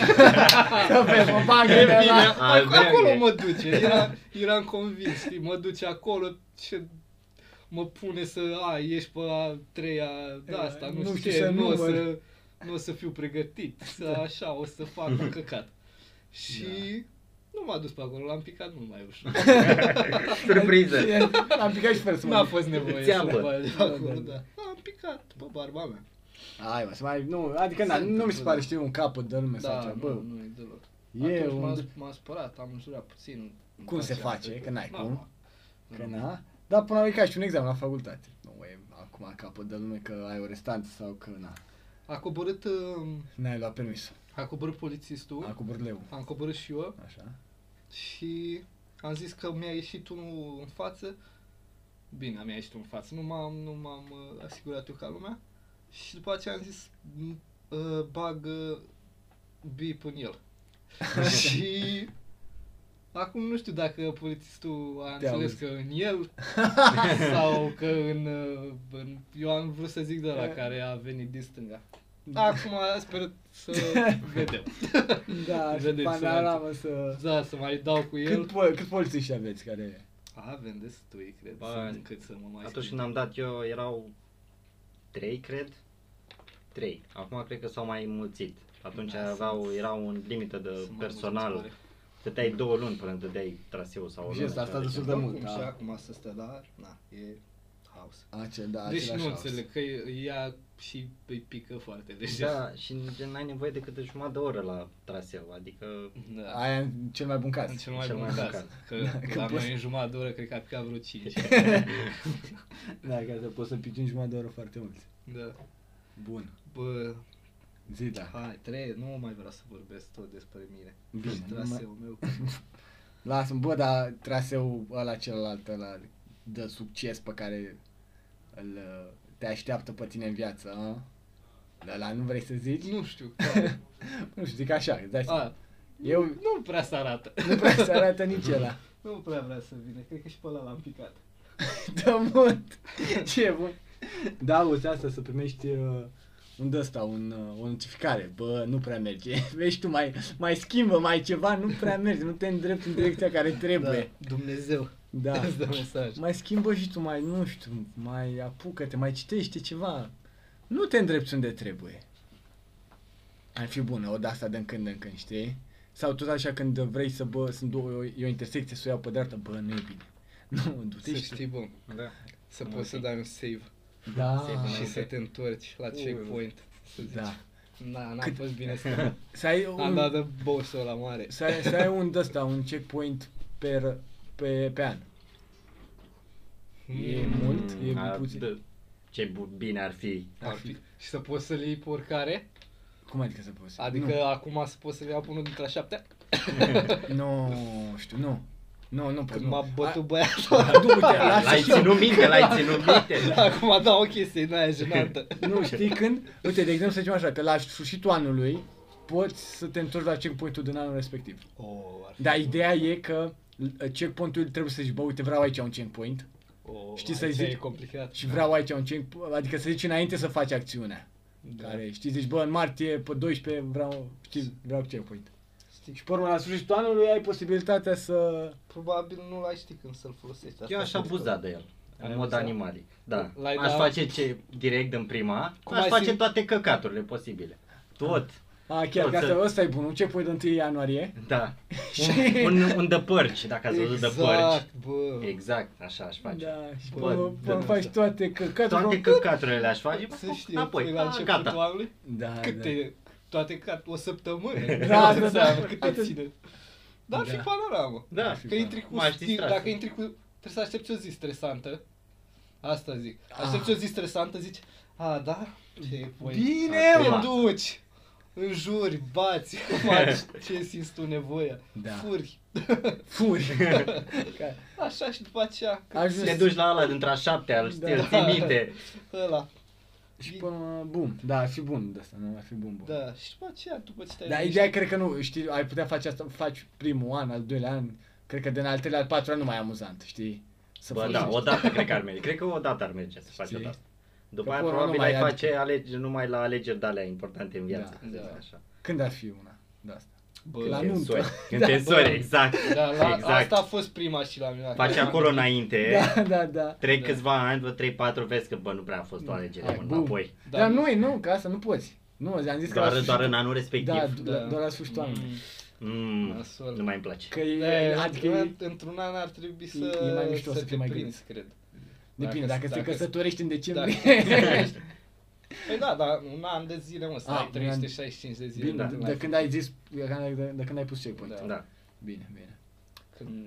S1: Că pe mă bagă
S2: E
S1: de
S2: bine,
S1: la...
S3: Al
S2: ac- acolo
S3: meu e.
S2: mă duce, era, eram convins, știi, mă duce acolo și mă pune să, a, ești pe a treia, de
S1: Da,
S2: asta, nu,
S1: nu
S2: știu
S1: știu
S2: ce,
S1: să
S2: nu o
S1: număr.
S2: să, Da. nu o să fiu pregătit, să așa, o să fac un căcat. Și
S1: Da.
S2: nu m-a dus pe acolo, l-am picat mult mai ușor.
S3: Surpriză!
S1: Am picat și fără să
S2: N-a
S1: mă...
S2: fost nevoie să
S3: Țeapă.
S2: mă bagi
S1: Da,
S2: acolo,
S1: da,
S2: da.
S1: da.
S2: Am picat pe barba mea.
S1: Hai mă, să mai... Nu, adică na,
S2: Se
S1: nu mi se
S2: întâmplă,
S1: pare,
S2: da.
S1: știi, un capăt de lume sau
S2: Da,
S1: ceva.
S2: nu,
S1: Bă,
S2: nu e deloc.
S1: e
S2: Atunci m-am,
S1: un...
S2: sp- m-am spărat, am jurat puțin.
S1: Cum se
S2: Așa,
S1: face? Că n-ai
S2: da,
S1: cum.
S2: da.
S1: Că na. Dar până la urmă e ca și un examen la facultate. Nu e acum capăt de lume că ai o restanță sau că na.
S2: A coborât, uh,
S1: N-ai luat permis.
S2: a coborât polițistul,
S1: Acum burleu.
S2: am coborât și eu
S1: Așa.
S2: și am zis că mi-a ieșit unul în față. Bine, mi-a ieșit unul în față, nu m-am, nu m-am uh, asigurat eu ca lumea. Și după aceea am zis, m- uh, bag uh, bip în el. și acum nu știu dacă polițistul a
S1: Te-a
S2: înțeles
S1: auzit.
S2: că în el sau că în, uh, în... Eu am vrut să zic de la care a venit din stânga. Acum sper să vedem.
S1: Da, și
S2: Vedeți,
S1: panoramă să...
S2: Da, să mai dau cu el.
S1: Cât, po- cât polițiști aveți care...
S2: Avem destui, cred,
S3: Bă,
S2: să, încât să mă mai
S3: Atunci când am dat eu erau 3, cred. 3. Acum cred că s-au mai mulțit. Atunci
S2: Da,
S3: aveau,
S2: sunt-
S3: erau un limită
S2: să
S3: de
S2: mă mă
S3: personal.
S2: spune.
S3: Stăteai două luni până îmi dădeai traseul sau o
S1: Și
S3: lună.
S1: asta
S3: așa,
S1: a
S3: deci-
S1: destul de
S2: Oricum
S1: mult,
S2: și
S1: da.
S2: acum să stă, dar, na, e haos.
S1: Acel, da,
S2: deci
S1: același
S2: nu
S1: house.
S2: înțeleg că ea și îi pică foarte deci
S3: Da, și gen, n-ai nevoie decât de jumătate de oră la traseu, adică
S2: da.
S1: Aia e în cel mai bun caz.
S2: În cel mai
S3: cel
S2: bun
S3: mai bun
S2: caz.
S3: caz.
S2: Da, Că
S1: că
S2: la
S1: poți-
S2: noi în jumătate de oră cred că a picat vreo 5.
S1: Da, ca să poți să pici în jumătate de oră foarte mult.
S2: da.
S1: Bun.
S2: Bă,
S1: Zi, da.
S2: hai, trei, nu mai vreau să vorbesc tot despre mine.
S1: Bine,
S2: Și
S1: nu
S2: traseul meu.
S1: Lasă, bă, dar traseul ăla celălalt, ăla de succes pe care îl uh, te așteaptă pe tine în viață, a? De la nu vrei să zici?
S2: Nu știu, care. Ah.
S1: Nu știu, zic așa, îți dai seama.
S2: A,
S1: Eu
S2: Nu prea se arată.
S1: nu prea se arată nici ăla.
S2: Nu prea vrea să vină, cred că și pe ăla l-am picat.
S1: Da, mult. Ce bun. Da, uite asta să primești uh, un ăsta, un, uh, o notificare. Bă, nu prea merge. Vezi tu, mai, mai schimbă, mai ceva, nu prea merge. Nu te îndrepti în direcția care trebuie.
S2: Da, Dumnezeu
S1: Da.
S2: îți dă mesaj.
S1: Mai schimbă și tu, mai, nu știu, mai apucă-te, mai citește ceva. Nu te îndrepti unde trebuie. Ar fi bună o de asta din când în când, știi? Sau tot așa când vrei să, bă, sunt două, e o intersecție, să o iau pe dreapta, bă, nu e bine. Nu, du-te
S2: Să
S1: și tu.
S2: știi bun,
S3: Da.
S2: să
S3: Am
S2: poți să
S3: auzit.
S2: dai un save
S1: Da.
S3: Se Ah,
S2: și
S3: ok.
S2: să te întorci la checkpoint. Să zici, Da,
S1: Da.
S2: na, n-a
S1: Cât-
S2: fost bine să
S1: Să ai
S2: am dat
S1: un,
S2: de boss-ul la mare.
S1: să ai, să ai un ăsta, un checkpoint per, pe, pe an. E
S2: Mm.
S1: mult, e
S3: Ar-
S1: puțin.
S3: dă- Ce bu- bine ar fi.
S2: Ar fi. Și să poți să le iei pe oricare?
S1: Cum adică să poți?
S2: Adică acum să poți să le iau pe unul dintre a șaptea?
S1: Nu, nu știu, nu. Nu, nu pot,
S2: Când
S1: nu.
S2: m-a bătut băiatul.
S1: A- Du-te,
S3: Da,
S1: lasă
S3: L-ai
S1: și eu.
S3: ținut minte, l-ai ținut minte.
S2: Acum dau o chestie din aia jenantă.
S1: Nu, știi când? Uite, de exemplu, să zicem așa, că la sfârșitul anului poți să te întorci la checkpoint-ul din anul respectiv.
S2: Oh, ar fi
S1: Dar
S2: bun.
S1: Da, ideea e că l- checkpoint-ul trebuie să zici, bă, uite, vreau aici un checkpoint
S2: Oh,
S1: știi să-i
S2: aici
S1: zici-
S2: E complicat.
S1: și vreau aici un checkpoint, adică să zici înainte să faci acțiunea.
S2: Da.
S1: Care, știi, zici, bă, în martie, pe 12, vreau, știi, vreau checkpoint.
S2: Știi,
S1: Și pe urmă, la sfârșitul anului, ai posibilitatea să...
S2: Probabil nu l-ai ști când să-l folosești.
S3: Eu aș abuza
S2: da,
S3: de el.
S2: Ai
S3: În mod
S2: abuzat?
S3: animalic. Da.
S2: L-ai
S3: Aș
S2: dat-
S3: face ce direct în prima,
S2: Cum
S3: aș
S2: ai
S3: face
S2: simt-
S3: toate căcaturile posibile. Tot.
S1: A, chiar,
S3: Tot
S1: că asta,
S3: să-
S1: ăsta e bun, un checkpoint de 1 ianuarie.
S3: Da.
S1: Da, Și-
S3: Un, un, un de părci, dacă ați văzut de părci.
S2: Exact, bă.
S3: Exact, așa aș face.
S1: Da, și pe
S3: Bă,
S1: urmă,
S3: de
S1: pe urmă
S2: asta.
S1: faci toate căcaturile.
S3: Toate căcaturile le-aș face,
S2: Să știi,
S3: apoi,
S2: apoi, Păi, la
S3: a,
S2: începutul
S3: gata.
S2: anului,
S1: Da, da.
S2: câte, toate ca o săptămână,
S1: da,
S2: nu
S1: da.
S2: înseamnă câte
S1: Atât.
S2: ține. Dar ar fi
S1: Da.
S2: panoramă.
S3: Da,
S2: Că intri cu
S3: M-aș
S2: stil,
S3: distra.
S2: dacă intri cu... Trebuie să aștepți o zi stresantă. Asta zic. Aștepți
S1: Ah.
S2: o zi stresantă, zici, a, da? Ce voi.
S1: Bine,
S3: Acum.
S1: mă!
S2: Te duci, înjuri, bați, faci ce simți tu nevoia,
S1: Da.
S2: furi.
S1: Furi! Ca-
S2: Așa și după aceea, că
S1: Ajungi
S3: Te duci la ăla dintre a șaptea, îl știi,
S1: Da.
S3: îl ții minte.
S2: ăla.
S1: Și pe urmă, bum, da, ar fi bun de asta, nu, ar fi bun, bun.
S2: Da, Deci și după aceea, după ce te-ai
S1: Dar
S2: liniștit-
S1: ideea cred că nu, știi, ai putea face asta, faci primul an, al doilea an, cred că din al treilea, al patrulea nu mai e amuzant, știi? Să
S3: Bă,
S1: faci
S3: da,
S1: asta.
S3: odată cred că ar merge. Cred că odată ar merge să faci
S1: Știi?
S3: odată. După
S1: Că
S3: aia
S1: acolo
S3: probabil
S1: nu mai
S3: ai
S1: ad-
S3: face alege, numai la alegeri de alea importante în viață.
S1: Da,
S3: să zic
S2: da.
S3: așa.
S1: Când ar fi una de asta?
S2: Bă,
S1: La
S3: Când te
S1: nuntă.
S3: însori. Când
S1: Da,
S3: te însori,
S1: bă.
S3: exact.
S2: Da, la,
S3: Exact.
S2: asta a fost prima și la mine.
S3: Faci acolo înainte,
S1: Da, da, da.
S3: trec
S2: Da.
S3: câțiva ani, vă 3-4 vezi că bă, nu prea a fost o alegere
S1: Hai,
S3: bună.
S1: bum.
S3: Apoi.
S1: Da. Dar nu e, nu, că asta nu poți. Nu, ți-am zis că
S3: Doar,
S1: la
S3: doar în
S1: sfârșit-
S3: anul
S1: Da,
S3: respectiv.
S1: da. doar la sfârșitul anului.
S3: Mm,
S2: Nasol.
S3: nu mai îmi place.
S1: Că e,
S2: E,
S1: adică
S2: adică
S1: e,
S2: într-un an ar trebui să,
S1: e mai mișto să fii
S2: te
S1: mai
S2: prinzi, cred.
S1: depinde, dacă,
S2: dacă- Da.
S1: te
S2: dacă-
S1: căsătorești în
S2: Dacă
S1: decembrie.
S2: Păi da, dar un an de zile, mă, să
S1: A,
S2: ai
S1: Ah, un an.
S2: 365 de zile.
S1: Bine,
S2: da,
S1: de, de când ai zis, de, când- de, de când ai pus checkpoint.
S2: Da.
S3: Da.
S1: Bine, bine.
S2: Când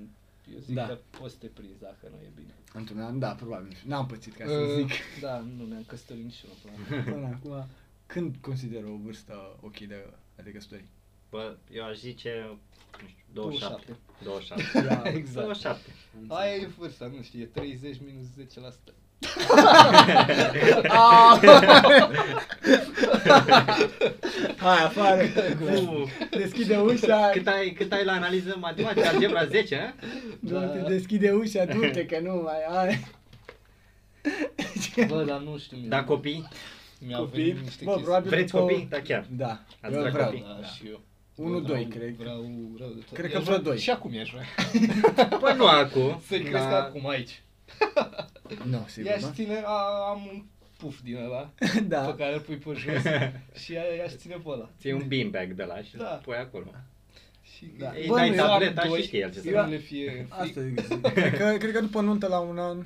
S2: eu zic
S1: Da.
S2: că poți să te prinzi dacă nu e bine.
S1: Într-un an, da, probabil. N-am pățit, ca să
S2: Uh,
S1: zic.
S2: Da, nu mi-am căsătorit nici eu până acum.
S1: Până acum, când consider o vârstă ok de, Adică de căsătorie?
S3: Bă, eu aș zice, nu știu, 27. 27.
S1: Da,
S3: 27.
S2: exact.
S3: 27.
S2: Aia e vârsta, nu știu, e 30 minus 10%. Ah!
S1: Hai afară! Exact.
S3: Cu-
S1: Deschide ușa,
S3: Cât ai, cât ai la analiză matematică, algebra 10, a?
S1: du-te, deschide ușa, du-te că nu mai ai.
S2: Bă, dar nu știu, mi-a,
S3: Da, copii?
S2: mi-a
S1: Copii,
S2: venit niște
S1: bă,
S2: chestii.
S1: probabil
S3: Vreți
S1: pe-
S3: copii? Da, chiar.
S1: Da,
S3: Ați
S1: eu
S3: vrea
S1: vreau.
S3: copii?
S2: Da,
S1: Da.
S2: și eu.
S1: Unu,
S2: Bă,
S1: doi,
S2: vreau-
S1: cred.
S2: Vreau rău de tot.
S1: Cred că
S2: Aș
S1: vreo
S2: vrea-
S1: doi.
S2: Și acum ești vrea.
S1: Da.
S3: Păi nu acum.
S2: Să-i
S3: da.
S2: cresc acum aici.
S1: Nu,
S2: Ia
S1: sigur, da.
S2: și
S1: nu?
S2: ține, a, am un puf din ăla
S1: Da.
S2: pe care îl pui pe jos și ia, ia și ține pe ăla.
S3: Ții un beanbag de la și
S2: Da.
S3: da. pui acolo.
S2: Și
S1: Da.
S2: că-
S1: Ei,
S2: Bă,
S1: dai
S2: nu, eu am
S3: tableta și
S2: doi,
S3: știe el ce
S2: să
S1: să
S2: nu le fie
S1: Asta
S2: fric.
S1: e cred că, cred că după nuntă la un an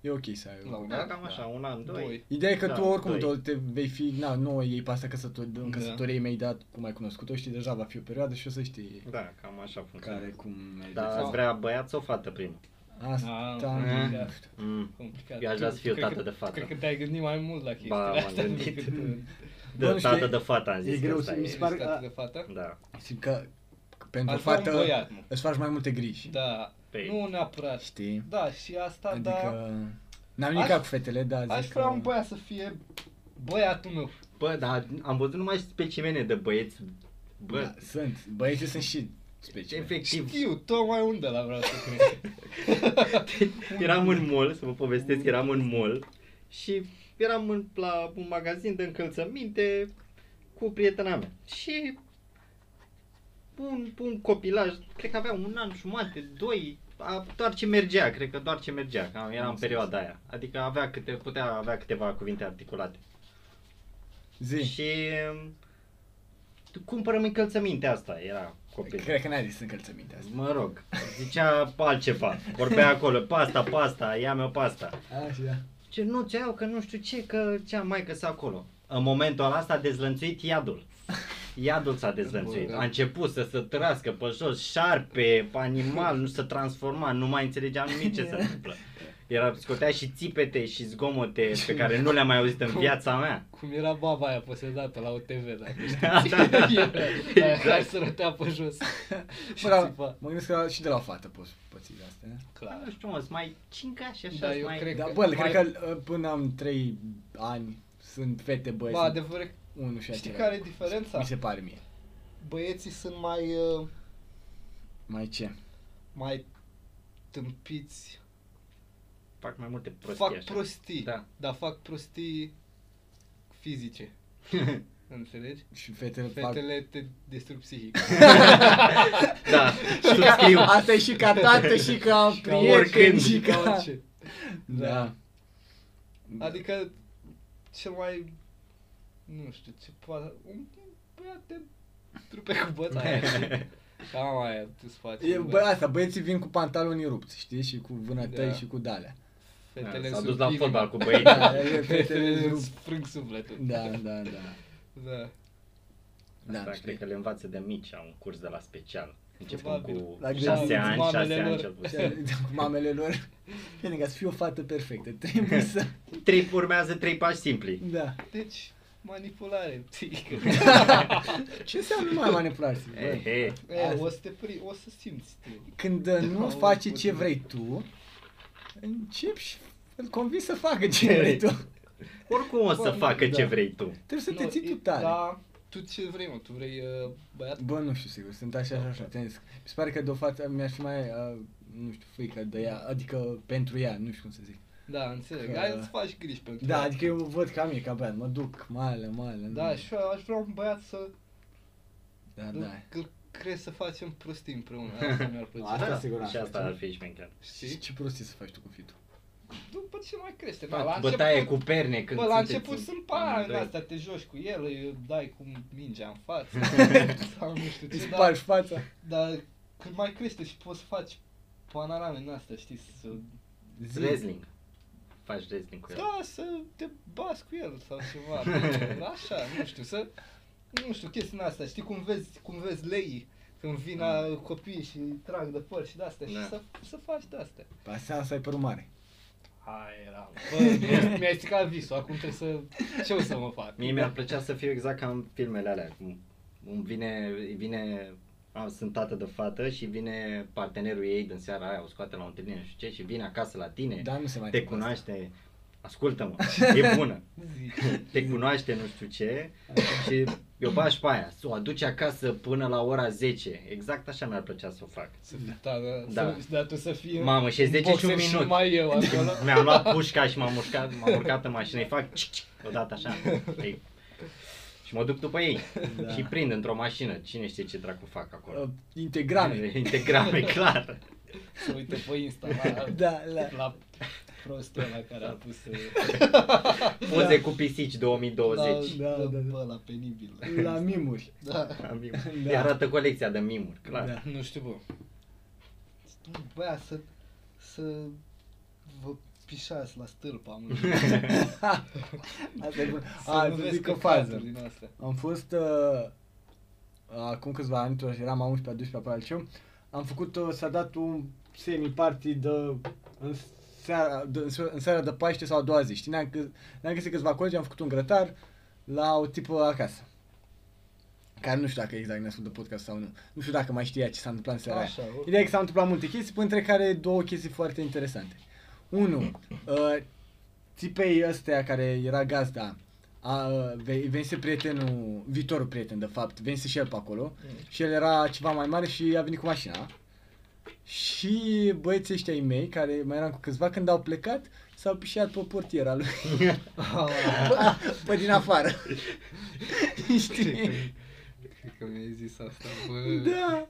S1: e ok să ai.
S2: La un
S3: Da,
S2: an,
S3: cam așa, un an, doi.
S2: Doi.
S1: Ideea e că
S3: Da,
S1: tu oricum
S3: doi.
S1: tot te vei fi, na, nu ei pe asta căsător, în
S2: Da.
S1: căsătorie imediat cum ai cunoscut-o, știi, deja va fi o perioadă și o să știi
S3: Da, cam așa
S1: care,
S3: funcționează.
S1: cum merge.
S3: Dar ați
S1: Sau-
S3: vrea băiat sau fată primul?
S1: Asta,
S2: Da. Ah,
S1: nu
S3: da.
S1: știu.
S3: Mm.
S2: Complicat.
S3: Eu aș vrea să
S2: Tu-
S3: fiu
S2: tu cred
S3: tată
S2: că-
S3: de fată.
S2: Cred că te-ai gândit mai mult la chestiile
S3: m-am
S2: astea
S3: gândit.
S2: decât uh,
S1: Bă,
S3: De
S1: nu știu,
S3: tată
S1: e-
S3: de
S2: da.
S3: fată am
S1: e
S3: zis. că
S1: greu
S3: ăsta
S1: să- mi
S3: e.
S1: se pare că-
S2: tată de fată.
S3: Da.
S1: Simt că pentru o
S2: Ar fi un
S1: fată
S2: băiat, mă.
S1: îți faci mai multe griji,
S2: Da,
S3: Păi-
S2: nu neapărat.
S1: știi?
S2: Da, și asta, da.
S1: Adică, n-am nimic
S2: Aș-
S1: cu fetele, dar
S2: Aș
S1: zic
S2: vrea un
S1: că...
S2: băiat să fie băiatul meu.
S3: Bă, dar am văzut numai specimene de băieți Bă,
S1: Da, sunt. Băieții sunt și speciali.
S3: efectiv,
S2: Știu, tocmai unde la vreau să cred.
S3: eram în mall, să vă povestesc, eram în mall și eram în, la un magazin de încălțăminte cu prietena mea. Și un, un copilaj, cred că avea un an jumate, doi, a, doar ce mergea, cred că doar ce mergea, că era în perioada aia. Adică avea câte, putea avea câteva cuvinte articulate.
S1: Zi.
S3: Și cumpărăm încălțămintea asta, era copil.
S1: Cred că n-ai zis încălțămintea asta.
S3: Mă rog, zicea altceva, vorbea acolo, pasta, pasta, ia-mi o pasta.
S1: Așa, da.
S3: Ce nu ți iau că nu știu ce, că cea mai că acolo. În momentul ăla s-a dezlănțuit iadul. Iadul s-a dezlănțuit.
S2: Bă, da.
S3: A început să se trască pe jos, șarpe, pe animal, nu se transforma, nu mai înțelegeam nimic ce se întâmplă. Era, scotea și țipete și zgomote pe care nu le-am mai auzit în viața mea.
S2: Cum era baba aia posedată la OTV, dacă știi.
S3: Da, da, da.
S2: Aia care se rotea pe jos. Și
S1: Bă, dar
S2: țipa.
S1: mă gândesc că și de la fată poți păți de astea.
S2: Clar.
S3: Nu știu, mă, sunt mai cinca și așa.
S2: Da,
S3: sunt
S2: eu
S3: mai...
S2: cred
S1: Dar
S2: că
S1: bă,
S2: mai-
S1: cred că uh, până am 3 ani sunt fete
S2: Bă,
S1: băieți.
S2: adevărat,
S1: Unul și
S2: știi
S1: același.
S2: care e diferența?
S1: Mi se pare mie.
S2: Băieții sunt mai uh,
S1: Mai ce?
S2: mai tâmpiți,
S3: Fac mai multe prostii
S2: fac
S3: așa.
S2: prostii,
S3: Da.
S2: dar fac prostii fizice. Înțelegi?
S1: Și fetele,
S2: Fetele te distrug psihic.
S3: Da,
S1: fac...
S3: subscriu.
S1: Asta e și ca tată și ca
S2: Și ca
S1: prieten
S3: oricând,
S1: și
S2: Ca
S1: ca...
S2: orice.
S1: Da.
S2: Adică cel mai nu știu ce poate un băiat te trupe cu băta aia. Cam aia tu să faci.
S1: E,
S2: un
S1: bă,
S2: băiat.
S1: asta, băieții vin cu pantaloni rupți, știi? Și cu vânătăi
S2: Da.
S1: și cu dalea.
S2: Fetele
S3: S-a
S2: sunt
S3: Da, dus la
S2: inima.
S3: fotbal cu băieții.
S1: Fetele
S2: Da, Fetele
S1: rup.
S2: îți frâng sufletul.
S1: Da, da, da.
S2: Da.
S1: Da,
S3: Asta
S1: știi.
S3: cred că le învață de mici, au un curs de la special. Începem
S2: Probabil.
S3: cu
S1: La
S3: 6
S1: grădiniță,
S3: ani,
S2: mamele
S3: 6 ani
S2: lor.
S3: cel
S1: Și uh, da,
S3: puțin.
S1: cu mamele lor. Bine, ca să fii o fată perfectă, trebuie să...
S3: Trei urmează trei pași simpli.
S1: Da.
S2: Deci, manipulare psihică.
S1: Ce înseamnă mai manipulare?
S3: He, he.
S2: e, o să te pri, o să simți tu.
S1: Când uh, nu
S2: Au
S1: face
S2: putut.
S1: ce vrei tu, începi și îl convins să facă
S2: Păi,
S1: ce vrei tu.
S3: Oricum o să
S2: Bă,
S3: facă
S1: da.
S3: ce vrei tu.
S1: Trebuie să te
S2: Nu,
S1: ții
S2: e-
S1: tu tare.
S2: Da, tu ce vrei, mă? Tu vrei uh, băiat?
S1: Bă, nu știu sigur, sunt așa și așa, ți-am zis. Mi se pare că de o față mi-aș fi mai, uh, nu știu, frică de ea, adică pentru ea, nu știu cum să zic.
S2: Da, înțeleg.
S1: Că-
S2: Hai să faci griji pentru
S1: Da,
S2: el.
S1: adică eu văd ca mie, ca băiat, mă duc, mai ale, mai ale.
S2: Da,
S1: nu.
S2: și eu aș vrea un băiat să
S1: Da,
S2: da,
S1: da.
S2: da. crezi să facem prostii împreună. Asta mi-ar plăcea.
S1: Asta
S3: da.
S1: sigur,
S3: Și
S1: asta
S3: asta
S1: facem.
S3: ar fi șmecher.
S1: Și
S2: Știi?
S1: ce prostie să faci tu cu fitul?
S2: După ce mai crește. Da, la
S3: Da,
S2: început,
S3: Bătaie cu perne când
S2: bă, la
S3: sunteți
S2: început sunt pa în
S3: amândoi.
S2: astea, te joci cu el, îi dai cu mingea în față sau nu știu
S1: Îi
S2: ce, dar,
S1: spargi fața?
S2: dar când mai crește și poți să faci panorame în astea, știi, să
S1: Zi.
S3: Wrestling. Faci wrestling cu el.
S2: Da, să te bați cu el sau ceva. Așa, nu știu, să... Nu știu, chestia asta, știi cum vezi, cum vezi lei când vin la copii și îi trag de păr și de astea
S3: Mm. Da.
S2: și să, să faci de astea.
S1: Păi Asta să ai părul mare.
S2: Hai, era. Bă, mi-ai stricat visul, acum trebuie să... Ce o să mă fac?
S3: Mie mi-ar plăcea să fiu exact ca în filmele alea. Cum îmi vine, îi vine am, sunt tată de fată și vine partenerul ei din seara aia, o scoate la o întâlnire, nu știu ce, și vine acasă la tine,
S1: Da, nu se mai
S3: te
S1: întâmplă asta.
S3: cunoaște, ascultă-mă, e bună,
S2: Zici.
S3: te cunoaște nu știu ce și eu bași pe aia, o aduce acasă până la ora 10, exact așa mi-ar plăcea să o fac.
S2: Să fii tată,
S3: Da.
S2: da. Să, dar tu să fii...
S3: Mamă, și-e
S2: un
S3: 10 și un
S2: boxer
S3: minut.
S2: mai eu acolo.
S3: Mi-am luat pușca și m-am urcat, m-am urcat în mașină, îi fac cic, cic, odată așa. Ei. Și mă duc după ei
S1: Da.
S3: și prind într-o mașină. Cine știe ce dracu fac acolo?
S1: Uh, Integrame.
S3: Integrame, clar.
S2: Să uite pe Insta la,
S1: Da, la...
S2: la prostul ăla care a pus... uh,
S3: Poze cu pisici 2020.
S1: Da, da, da.
S2: Bă, la penibil.
S1: La mimuri.
S2: Da.
S3: Am-
S1: Da.
S3: Îi arată colecția de mimuri, clar.
S1: Da.
S2: Nu știu, bă. Băia să... să vă pișați la stâlpa, mă.
S1: Asta e bun.
S2: Să
S1: A,
S2: nu
S1: să
S2: vezi
S1: zic o
S2: căcaturi
S1: fază.
S2: Din astea.
S1: Am fost uh, acum câțiva ani, tot eram a 11-a, 12-a pe altceu, am făcut, uh, s-a dat un semi-party de, în, seara, de, în se- în seara de Paște sau a doua zi, știi, ne-am, gă- ne-am găsit câțiva colegi, am făcut un grătar la o tipă acasă. Care nu știu dacă exact ne ascultă podcast sau nu. Nu știu dacă mai știa ce s-a întâmplat în seara aia.
S2: Așa, oricum.
S1: Ideea e că s-au întâmplat multe chestii, între care două chestii foarte interesante. Unu, uh, țipei ăstea care era gazda, a a, ve- venise prietenul, viitorul prieten de fapt, venise și el pe acolo
S2: Mm.
S1: și el era ceva mai mare și a venit cu mașina. Și băieții ăștia ai mei, care mai eram cu câțiva, când au plecat, s-au pișat pe portiera lui,
S2: Ah,
S1: pe, pe din afară.
S2: cred că,
S1: Știi?
S2: cred că mi-ai zis asta, bă.
S1: Da.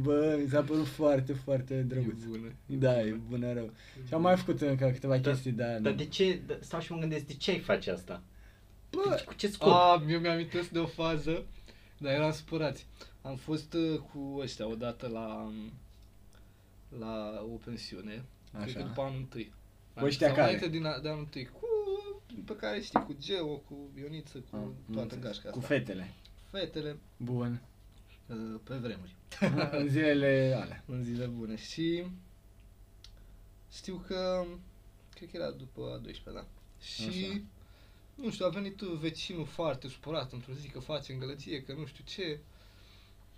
S1: Bă, mi s-a părut foarte, foarte
S2: E
S1: drăguț.
S2: bună.
S1: Da, e bună rău. Și am mai făcut încă câteva
S3: Da.
S1: chestii, dar...
S3: Dar
S1: nu.
S3: de ce, da- stau și mă gândesc, de ce ai face asta?
S1: Bă,
S3: Deci Cu ce scop?
S2: A, eu mi-am amintesc Ah, de o fază, dar eram supărați. Am fost uh, cu ăștia odată la, um, la o pensiune, cred că
S1: Așa.
S2: după anul întâi.
S1: Cu ăștia
S2: Sau
S1: care?
S2: Înainte din, a- de anul întâi, cu, pe care știi, cu Geo, cu Ioniță, cu
S1: Am
S2: toată
S1: înțeles.
S2: gașca
S1: Cu
S2: asta.
S1: fetele.
S2: Fetele
S1: Bun.
S2: uh, pe vremuri.
S1: în zilele alea.
S2: în zile bune și știu că cred că era după a 12 da. Și
S1: Așa.
S2: nu știu, a venit vecinul foarte supărat într-o zi că face gălăgie, că nu știu ce.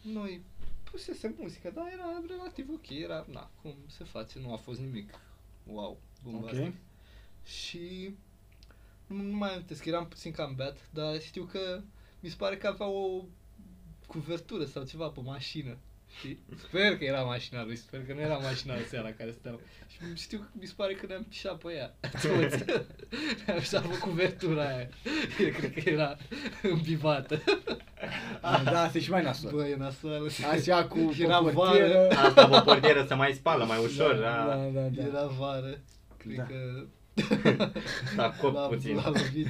S2: Noi pusese muzică, dar era relativ ok, era, na, cum se face, nu a fost nimic. Wow, bombastic.
S1: Ok.
S2: Și nu, nu mai amintesc, eram puțin cam beat, dar știu că mi se pare că avea o cuvertură sau ceva pe mașină. Știi? Sper că era mașina lui, sper că nu era mașina lui seara care stăteam. Și știu că mi se pare că ne-am pișat pe ea. Toți. ne-am pișat pe cuvertura aia. Eu cred că era îmbivată.
S1: Da, asta e și mai nasol.
S2: Bă, e nasoală.
S1: Așa cu pe
S2: era
S1: portieră.
S2: vară. Da,
S3: Asta pe portieră se mai spală mai ușor, da, da.
S1: Da, da, da.
S2: Era vară. Cred
S1: Da.
S2: că
S3: s-a copt
S2: l-a,
S3: puțin.
S2: l-a lovit.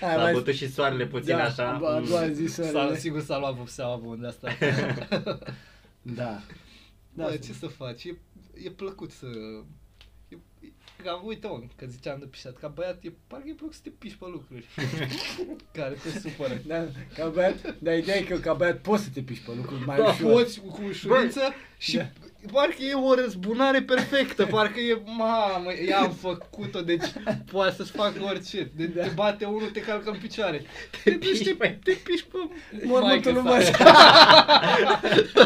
S1: Aia
S3: S-a
S1: mai-
S3: bătut și soarele puțin
S1: da,
S3: așa.
S1: bă, A
S3: Mm.
S1: doua zi
S2: S-a,
S1: soarele.
S2: sigur s-a luat vopseaua bun de asta.
S1: Da.
S2: Da,
S1: Da,
S2: Bă, ce să faci? E, e plăcut să... E, e, ca, uite, mă, că ziceam de pișat, ca băiat, e, parcă e plăcut să te piși pe lucruri care te supără.
S1: Da, ca băiat, dar ideea e că ca băiat poți să te piși pe lucruri mai
S2: da,
S1: ușor.
S2: poți cu ușurință și
S1: da.
S2: parcă e o răzbunare perfectă, parcă e, mamă, i-am făcut-o, deci poate să-ți fac orice. De,
S1: Da.
S2: Te bate unul, te calcă în picioare. Te, duci,
S3: piși
S2: te,
S3: pe-
S2: te piși pe
S1: Mormântul
S2: maică-sa.
S1: lui mai...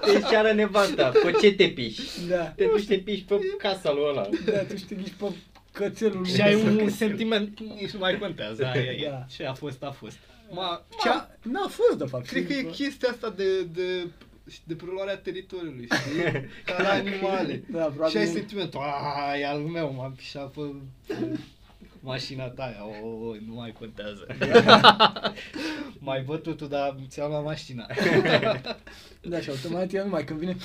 S3: Te ceară nevasta, cu ce te piși?
S1: Da,
S3: Te duci te piși pe casa lui ăla.
S1: da, tu știi nici pe cățelul lui.
S2: Și ai un sentiment, nici nu mai contează, aia e.
S1: Da.
S2: Ce a fost, a fost. Ma,
S1: Ce-a- N-a fost, de fapt.
S2: Cred că e chestia asta de, de, de preluarea teritoriului, știi? Ca la animale.
S1: Da, probabil.
S2: Și ai sentimentul, aaa, e al meu, m-am pișat pe pe mașina ta aia, o, o, o, nu mai contează. mai bătut tu, dar ți-am luat mașina.
S1: Da, și automat ea numai când vine...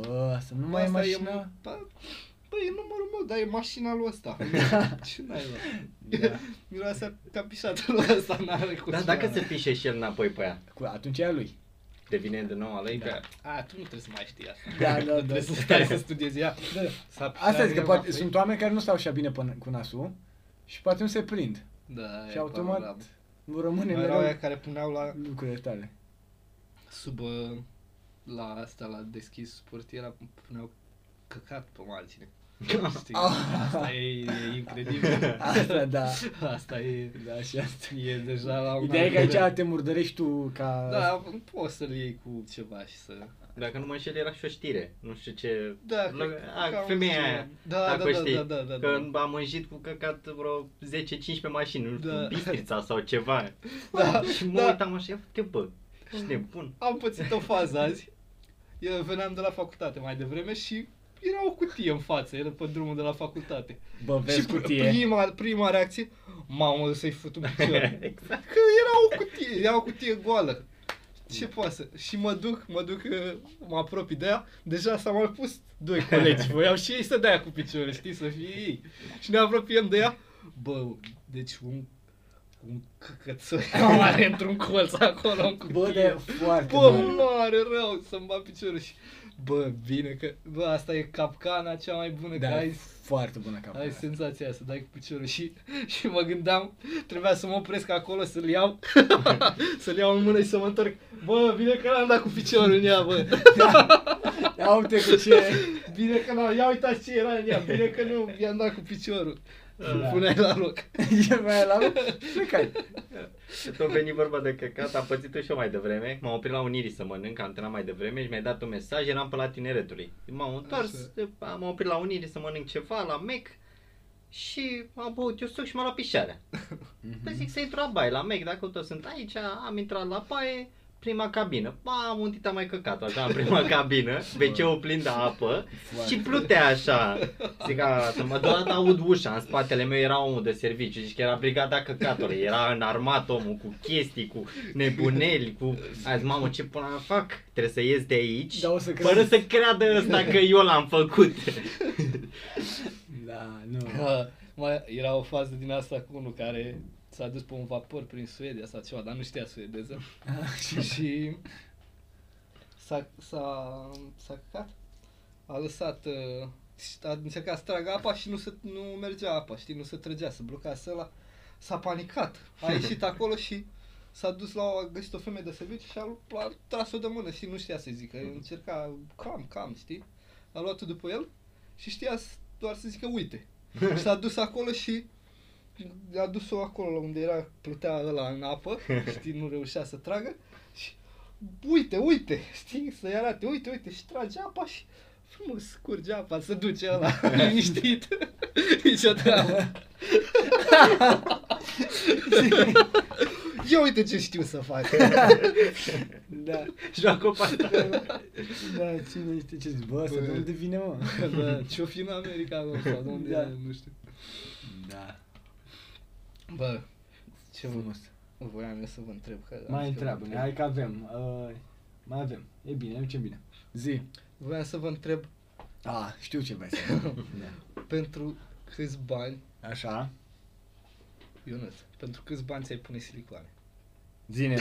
S1: Bă, asta nu mai e
S2: Asta
S1: mașina.
S2: ba- Băi, e numărul meu, dar e mașina lui ăsta. Ce naiba?
S1: Da.
S2: Miroase ca pișatul lui ăsta, n-are cu
S3: Dar
S2: ce
S3: Da, dacă
S2: are.
S3: se pișe și el înapoi pe ea,
S1: Cu- Atunci e a lui.
S3: devine de nou a lui
S2: Da.
S3: da.
S2: A, tu nu trebuie să mai știi asta.
S1: Da, da, da.
S2: Trebuie să stai să studiezi ea.
S1: Da.
S2: S-a pișat
S1: Asta zic că
S2: el
S1: poate,
S2: înapoi.
S1: sunt oameni care nu stau așa bine până, cu nasul și poate nu se prind.
S2: Da,
S1: și automat nu rămâne
S2: Mai erau aia
S1: mereu
S2: care puneau la
S1: lucrurile tale.
S2: sub uh, la asta la deschis portiera puneau căcat pe margine. Știi?
S1: Ah.
S2: Asta e, e incredibil.
S1: Asta, da.
S2: Asta e
S1: Da, și asta.
S2: e deja la un
S1: Ideea e
S2: alt
S1: că aici
S2: nivel.
S1: te murdărești tu ca...
S2: da, poți să-l iei cu ceva și să...
S3: Dacă nu mă înșel, era și o știre. Nu știu ce...
S2: Da,
S3: La-
S2: cred că-
S3: a,
S2: ca un
S3: femeia
S2: ceva.
S3: aia.
S2: Da,
S3: dacă
S2: da,
S3: știi,
S2: da, da, da, da,
S3: că
S2: da.
S3: am mânjit cu căcat vreo 10-15 mașini, nu știu,
S2: Da.
S3: da. Bistrița sau ceva.
S2: Da,
S3: și mă
S2: da.
S3: uitam așa, ia te bă, ești nebun.
S2: Am pățit o fază azi. Eu veneam de la facultate mai devreme și era o cutie în față, era pe drumul de la facultate.
S1: Bă, vezi
S2: și pr-
S1: cutie.
S2: Prima, prima reacție, mamă, să-i fut un picior.
S3: exact.
S2: Că era o cutie, era o cutie goală. Ce poate să... Și mă duc, mă duc, uh, mă apropii de ea, deja s-au mai pus doi colegi, voiau și ei să dea cu picioare, știi, să fie ei. Și ne apropiem de ea, bă, deci un, un căcățoi mare într-un colț acolo în cutie.
S1: Bă, de foarte
S2: Bă,
S1: mare.
S2: mare rău să-mi bat piciorul și... Bă, bine că... Bă, asta e capcana cea mai bună, că
S1: Da, e
S2: ai
S1: foarte bună capul.
S2: ai senzația aia să dai cu piciorul și, și mă gândeam, trebuia să mă opresc acolo, să-l iau, să-l iau în mână și să mă întorc. Bă, bine că n-am dat cu piciorul în ea, bă.
S1: Ia uite cu ce...
S2: Bine că n-am, ia uitați ce era în ea, bine că nu i-am dat cu piciorul.
S1: Da.
S2: Da. Puneai la loc.
S1: E mai la... Plecai.
S3: Și Tot veni vorba de căcat, am pățit și eu mai devreme. M-am oprit la Unirii să mănânc, am terminat mai devreme și mi-ai dat un mesaj, eram pe la tineretului. M-am întors, m-am oprit la Unirii să mănânc ceva, la Mac. și am băut eu suc și m-am luat pișarea. Păi zic să intru la baie, la mec, dacă tot sunt aici, am intrat la baie, prima cabină. Ba, am untit, am mai căcat așa în prima cabină, wc ul plin de apă și plutea așa. Zic, a, să mă doar aud ușa, în spatele meu era omul de serviciu, zici că era brigada căcatului, era înarmat omul cu chestii, cu nebuneli, cu... A zis, mamă, ce până fac? Trebuie să ies de aici,
S1: Da, o să
S3: fără
S1: crezi.
S3: să creadă ăsta că eu l-am făcut.
S1: Da, nu.
S2: Că mai era o fază din asta cu unul care s-a dus pe un vapor prin Suedia sau ceva, dar nu știa suedeză. și s-a, s-a, s-a căcat. A lăsat, uh, și a încercat să tragă apa și nu, se, nu mergea apa, știi, nu se trăgea, se bloca ăla. S-a panicat, a ieșit acolo și s-a dus la o, a găsit o femeie de serviciu și a, lu- a tras-o de mână și nu știa să-i zică, încerca cam, cam, știi? A luat-o după el și știa s- doar să zică uite. Și s-a dus acolo și a dus-o acolo unde era, plutea ăla în apă, știi, nu reușea să tragă și uite, uite, știi, să-i arate, uite, uite și trage apa și frumos scurge apa, se duce ăla, liniștit, nicio treabă. Eu uite ce știu să fac.
S1: Da,
S3: Joacă pe asta.
S1: da, cine știe ce zici, bă, să de unde vine, mă?
S2: da, ce-o fi în America, mă, sau de unde,
S1: Da.
S2: e, nu știu.
S1: Da,
S2: Bă,
S1: ce frumos.
S2: voiam eu să vă întreb. Că am
S4: Mai
S2: zis că vă
S4: întreabă-ne,
S2: întreb.
S4: hai că avem. Uh, mai avem. E bine, ducem bine.
S1: Zi.
S2: Voiam să vă întreb
S1: A, știu ce vrei să
S2: pentru câți bani,
S1: Așa.
S2: Ionuț, pentru câți bani ți-ai pune silicoane?
S1: Zine,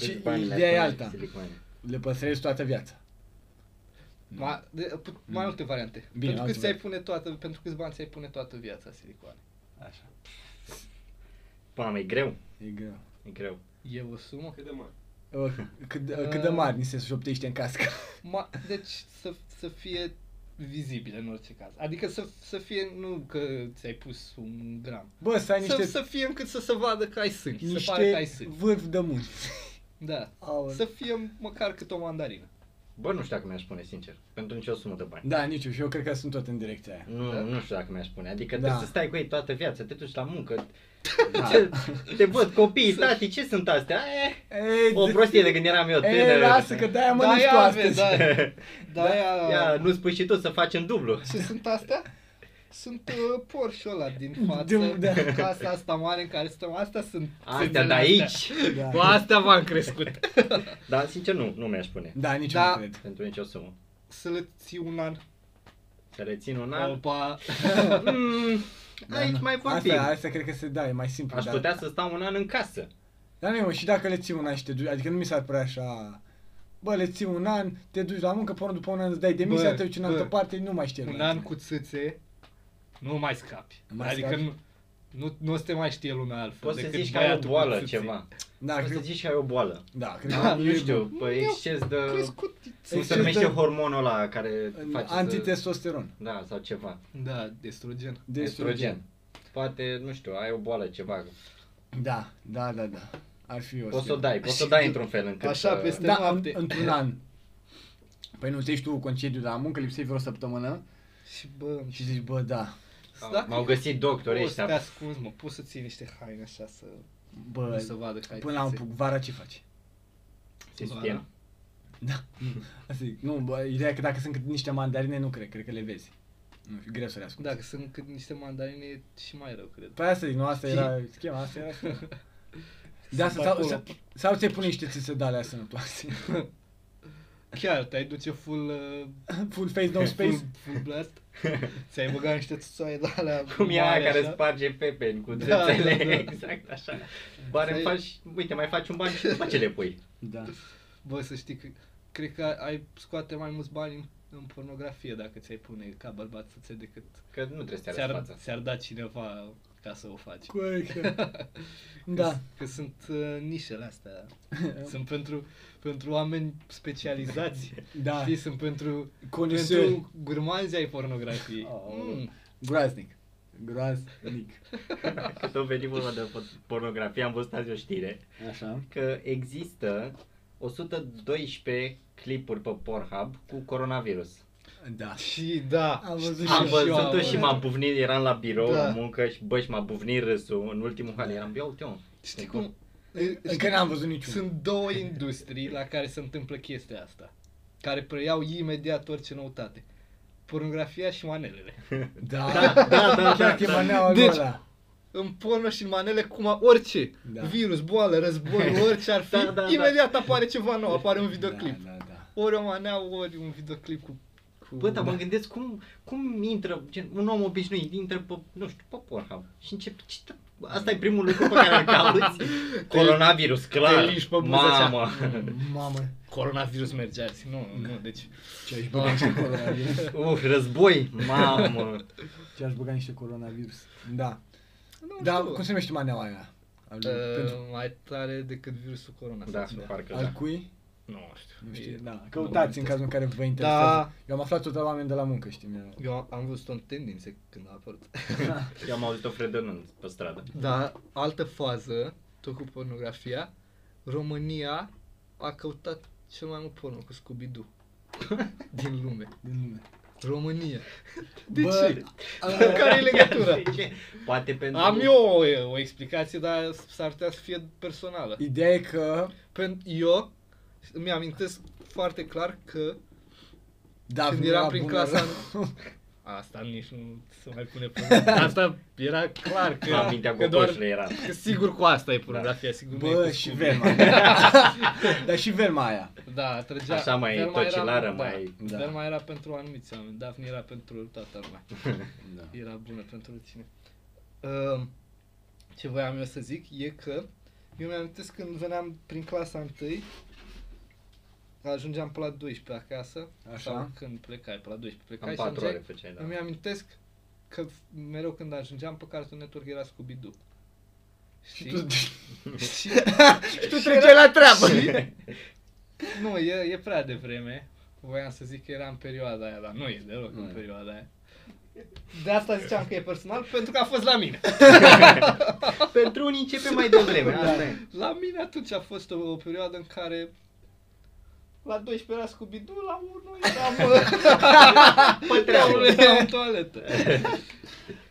S1: Și ideea e alta. le păstrezi toată viața.
S2: Ma, de, pu- mai multe variante.
S1: Bine,
S2: pentru,
S1: altceva.
S2: câți ți-ai pune toată, pentru câți bani ți-ai pune toată viața silicoane?
S4: Așa.
S3: Păi, e greu,
S1: E greu.
S3: e greu.
S2: E o sumă?
S5: Cât de mare?
S1: Uh, Cât, uh, cât de mari ni se șoptește în cască.
S2: Ma, deci să, să fie vizibile în orice caz. Adică să, să fie, nu că ți-ai pus un gram.
S1: Bă, să ai niște,
S2: Să, să fie încât să se vadă că ai sâni, să pare că ai
S1: niște
S2: sâni.
S1: vârf de munți.
S2: Da.
S1: Aoleu.
S2: Să fie măcar cât o mandarină.
S3: Bă, nu știu dacă mi-aș spune, sincer, pentru nicio sumă de bani.
S1: Da, nici eu, și eu cred că sunt tot în direcția aia.
S3: Nu,
S2: Da.
S3: nu știu dacă mi-aș spune. Adică
S1: Da.
S3: da. trebuie să stai cu ei toată viața, te duci la muncă, ce, te văd copiii, tati, ce sunt astea? E,
S1: Ei,
S3: o prostie de când eram eu
S1: E,
S3: tânăr.
S1: lasă că de-aia mă
S2: Da,
S1: nici tu
S2: ia, vezi,
S1: astăzi.
S2: da, da,
S3: Ia,
S2: ia,
S3: nu spui și tu să facem dublu.
S2: Ce sunt astea? Sunt uh, Porsche ăla din față,
S1: Da, da.
S2: casa asta mare în care stăm, astea sunt
S3: Astea de aici.
S1: Da.
S2: Cu astea m-am crescut.
S3: Dar, sincer, nu, nu mi-aș spune.
S1: Da, nici
S2: Da.
S1: eu nu cred.
S3: Pentru nicio sumă.
S2: Să le ții un an.
S3: Să rețin un an.
S2: Opa.
S3: Mm,
S1: Da,
S3: aici mai vorbim.
S1: Asta, asta cred că se da, e mai simplu.
S3: Aș
S1: dar-
S3: putea să stau un an în casă.
S1: Dar nu, mă, și dacă le ții un an și te duci, adică nu mi s-ar părea așa... Bă, le ții un an, te duci la muncă, până după un an îți dai demisia,
S2: Bă,
S1: te duci în
S2: bă,
S1: altă parte, nu mai știi.
S2: Un
S1: la
S2: an
S1: tine.
S2: cu țâțe, nu mai scapi.
S1: Nu mai
S2: adică
S1: scapi?
S2: nu, nu, nu o să te mai știe lumea altfel
S3: Poți să
S2: decât
S3: zici că ai o
S2: băiatul cu
S3: boală
S2: țâțe.
S3: ceva.
S1: Da,
S3: Poți să
S1: cred,
S3: zici că ai o boală.
S1: da, cred
S3: Da,
S1: că
S3: nu știu, pe exces de...
S2: Crescut.
S3: Cum se numește hormonul ăla care face
S2: uh,
S3: să...
S1: Antitestosteron.
S3: Da, sau ceva.
S2: Da, estrogen.
S3: Estrogen. Poate, nu știu, ai o boală, ceva.
S1: Da, da, da, da. Ar fi o
S3: Poți să o dai, poți să o dai într-un fel încât uh,
S2: Așa,
S3: să...
S2: peste-
S1: Da, în,
S2: noapte.
S1: într-un an. Păi nu, te ești tu concediu de la muncă, lipsești vreo săptămână
S2: Și bă,
S1: și zici, bă, da,
S2: dacă
S3: M-au găsit doctorii
S2: poți să te
S3: ăștia.
S2: ascunzi, mă, poți să ții niște haine așa să nu
S1: bă,
S2: se vadă că ai
S1: până la
S2: țâțe.
S1: un vara ce faci?
S3: Sistem.
S1: Da. Asta e, nu, bă, ideea e că dacă sunt cât niște mandarine, nu cred, cred că le vezi. Nu știu, greu să le asculti.
S2: Dacă sunt cât niște mandarine e și mai rău, cred.
S1: Păi asta zic, nu, asta era schema, asta era schema. De asta, sau,
S2: acolo.
S1: sau, sau ți pune niște țise de alea sănătoase.
S2: Chiar, te-ai duce full, uh,
S1: Full face, no
S2: full,
S1: space.
S2: full blast, ți-ai băgat niște țuțoaie de alea
S3: Cum
S2: mari
S3: e aia care
S2: așa.
S3: sparge pepeni cu
S2: Da,
S3: țețele,
S2: da, da.
S3: exact așa. Bare
S2: Să-
S3: faci, uite, mai faci un ban și după ce le pui.
S1: Da.
S2: Bă, să știi că cred că ai scoate mai mulți bani în, în pornografie dacă ți-ai pune ca bărbat țuțe decât
S3: Că nu trebuie să te arăți
S2: ți-ar,
S3: fața.
S2: ți-ar da cineva ca să o faci.
S1: Corect.
S2: Că,
S1: Da.
S2: că sunt uh, nișele astea. sunt pentru, pentru oameni specializați.
S1: Da.
S2: Știi, sunt pentru,
S1: Coniseri.
S2: pentru gurmanzi ai pornografiei.
S1: Aoleu.
S2: Mm.
S1: Groaznic. Groaznic.
S3: Că tot veni vorba de po- pornografie, am văzut azi o știre
S4: Așa.
S3: că există 112 clipuri pe Pornhub cu coronavirus.
S1: Da.
S2: Și da,
S1: Am văzut
S2: știu
S1: și
S3: Am
S1: eu,
S3: văzut-o
S1: am
S3: și
S1: văzut.
S3: m-a bufnit, eram la birou,
S2: Da.
S3: la muncă și bă, și m-a bufnit râsul în ultimul hal. Eram, ia uite mă.
S2: Știi cum?
S1: Încă n-am văzut niciunul.
S2: Sunt două industrii la care se întâmplă chestia asta, care preiau imediat orice noutate. Pornografia și manelele.
S1: Da,
S3: Da, da, da, da,
S1: Chiar e
S3: da.
S1: maneaua
S2: Deci-
S1: lor, da.
S2: În porno și în manele, cum a, orice,
S1: Da.
S2: da. virus, boală, război, orice ar fi,
S3: Da,
S2: da,
S3: da,
S2: da,
S3: da.
S2: imediat apare ceva nou, apare un videoclip.
S1: Da, da, da.
S2: Ori o manea, ori un videoclip cu... cu
S3: Bă, dar mă gândesc cum, cum intră, gen, un om obișnuit intră pe, nu știu, pe Pornhub și începe, ce tă- asta e primul lucru pe care îl cauți. Coronavirus, clar.
S2: te liși pe buză,
S3: Mamă.
S1: Mamă,
S2: Coronavirus merge azi, nu,
S1: Da.
S2: nu, deci...
S1: ce aș băga niște coronavirus.
S3: Uf, Uh, război. Mamă.
S4: Ce aș băga niște coronavirus.
S1: Da.
S2: Nu
S1: Da,
S2: știu.
S1: cum se numește maneaua aia? Al, pentru,
S2: Uh, mai tare decât virusul corona.
S3: Da,
S2: să zic.
S3: parcă
S1: al
S3: da.
S1: cui?
S2: Nu știu.
S1: Nu
S2: E-
S1: știu, da. Căutați în cazul în care vă interesează.
S2: Da,
S1: Eu am aflat tot de la oameni de la muncă, știi, mi
S2: eu am, am văzut-o în tendințe când a apărut.
S3: Eu am auzit-o fredonând pe stradă.
S2: Da, altă fază, tot cu pornografia, România a căutat cel mai mult porno cu Scooby-Doo din lume.
S1: din lume.
S2: România. De
S1: Bă, ă,
S2: ce? Care e legătura?
S3: De ce? Poate pentru...
S2: Am eu o, o explicație, dar s-ar putea să fie personală.
S1: Ideea e că,
S2: Pentru eu îmi amintesc foarte clar că
S1: da,
S2: Când
S1: vremea
S2: eram prin
S1: bună,
S2: clasa- Asta nici nu se mai pune problema. Asta era clar că,
S3: La mintea
S2: că doar
S3: cocoșului Da. era.
S2: că sigur cu asta e pornografia, sigur nu e
S1: Bă,
S2: cu
S1: și
S2: scumul.
S1: verma. Dar și verma aia.
S2: Da, trăgea.
S3: Așa mai
S2: Velma era-
S3: tocilară,
S2: da,
S3: mai-
S1: da.
S2: Velma era pentru anumiți oameni, Daphne era pentru toată lumea.
S1: Da.
S2: Era bună pentru tine. Ehm, Ce voiam eu să zic e că eu mi-am amintesc când veneam prin clasa 1 ajungeam pe la 12 acasă
S1: Așa.
S2: Da. sau când plecai pe la 12 plecai
S3: Cam
S2: și
S3: 4
S2: ajungeai
S3: ore făceai, da.
S2: Îmi amintesc că mereu când ajungeam pe Cartoon Network era Scooby-Doo.
S1: Și
S2: Și,
S1: tu,
S2: și,
S1: și tu treceai la treabă.
S2: nu, e, e prea devreme. Voiam să zic că era în perioada aia, dar nu e deloc
S1: Nu
S2: în
S1: e.
S2: perioada aia. De asta ziceam că e personal, pentru că a fost la mine.
S3: Pentru unii începe mai devreme, asta e.
S2: La mine atunci a fost o, o perioadă în care la 12 era Scooby-Doo, la 1 eram,
S3: Pe
S2: la 1
S3: treabă.
S2: eram în toaletă.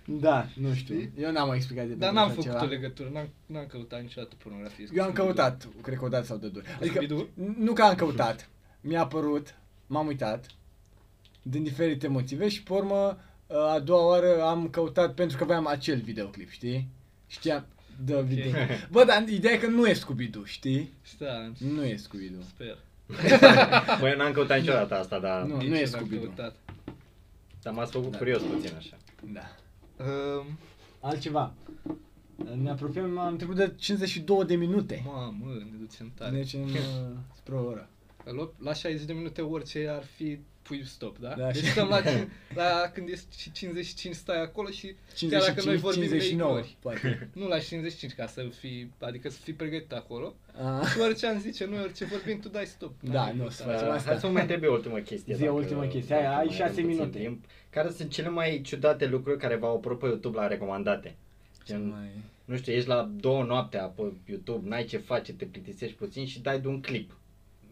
S4: Da, nu știu.
S2: Știi?
S1: Eu n-am o explicație
S2: Dar
S1: pentru
S2: n-am
S1: așa
S2: făcut
S1: ceva.
S2: o legătură, n-am, n-am căutat niciodată pornografie. cu
S1: Eu am
S2: Scooby-Doo.
S1: căutat, cred că o dată sau de două. Adică,
S2: Scooby-Doo?
S1: nu că am căutat. Mi-a apărut, m-am uitat, din diferite motive și pe urmă, a doua oară am căutat pentru că aveam acel videoclip, știi? Știam, da, video. Bă, dar ideea e că nu e Scooby-Doo, știi?
S2: Da,
S1: Nu e Scooby-Doo.
S2: sper.
S3: Băi, eu n-am căutat niciodată asta, dar,
S1: Nu.
S2: Nici
S1: e
S2: n-am
S1: Scooby-Doo.
S2: căutat.
S3: dar m-ați făcut
S1: Da.
S3: curios puțin așa.
S1: Da.
S2: Um,
S4: Altceva. Ne apropiem, am
S1: Am trecut de 52 de minute.
S2: mamă, ne ducem tare.
S1: Deci în, uh, spre o oră.
S2: La- La 60 de minute orice ar fi pui stop, da?
S1: Da,
S2: deci
S1: și-
S2: stăm la, cin- la când e și 55 stai acolo și chiar dacă noi
S1: 55,
S2: vorbim de
S1: 59,
S2: ignori.
S1: poate.
S2: nu la 55 ca să fii, adică să fii pregătit acolo.
S1: A,
S2: Și orice am zice, noi orice vorbim, tu dai stop.
S1: Da,
S2: N-ai
S1: nu,
S2: votat.
S1: să
S3: Uh,
S1: Facem asta.
S3: Hai să mă mai întreb eu ultima chestie.
S4: Zi
S3: dacă-
S4: ultima chestie. Hai,
S3: dacă
S4: ai
S3: mai
S4: șase
S3: avem puțin
S4: minute.
S3: Timp. Care sunt cele mai ciudate lucruri care v-au apărut pe YouTube la recomandate?
S1: ce
S3: Gen,
S1: mai...
S3: nu știu, ești la două noaptea pe YouTube, n-ai ce face, te plictisești puțin și dai de un clip.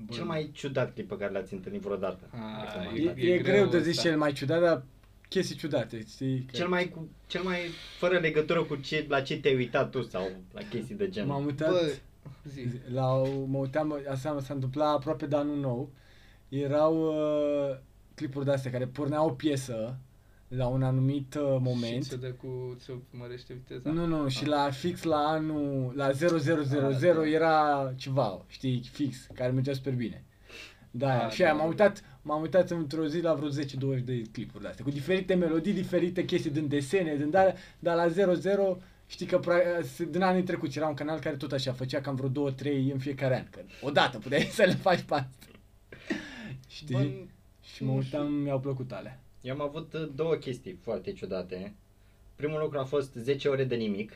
S1: Bun.
S3: Cel mai ciudat clip pe care l-ați întâlnit vreodată.
S2: Ah,
S3: recomandat?
S1: E,
S2: e
S1: e, greu
S2: greu
S1: de
S2: ăsta.
S1: zis cel mai ciudat, dar chestii ciudate, știi? Că
S3: Cel mai, cu, cel mai fără legătură cu ce, la ce te-ai uitat tu sau la chestii de genul.
S1: M-am uitat...
S2: Bă, zi.
S1: La, o- mă uitam, asta s-a întâmplat aproape de anul nou. Erau uh, clipuri de-astea care porneau o piesă la un anumit uh, moment.
S2: Și ți-o dă cu, ți-o mărește viteza?
S1: Nu, nu, și la fix la anul, la 0000
S2: Da. Ah, da.
S1: era ceva, știi, fix, care mergea super bine. Da,
S2: Ah,
S1: și aia
S2: da,
S1: m-am
S2: da.
S1: uitat, m-am uitat într-o zi la vreo 10-20 de clipuri de astea, cu diferite melodii, diferite chestii din desene, din dar, dar la 00 Știi că pra- s- din anii trecuți era un canal care tot așa făcea cam vreo două, trei în fiecare an, că odată puteai să le faci pe astea. Știi?
S2: Bă,
S1: și mă
S2: nu știu.
S1: uitam, mi-au plăcut alea.
S3: Eu am avut uh, două chestii foarte ciudate. Primul lucru a fost 10 ore de nimic.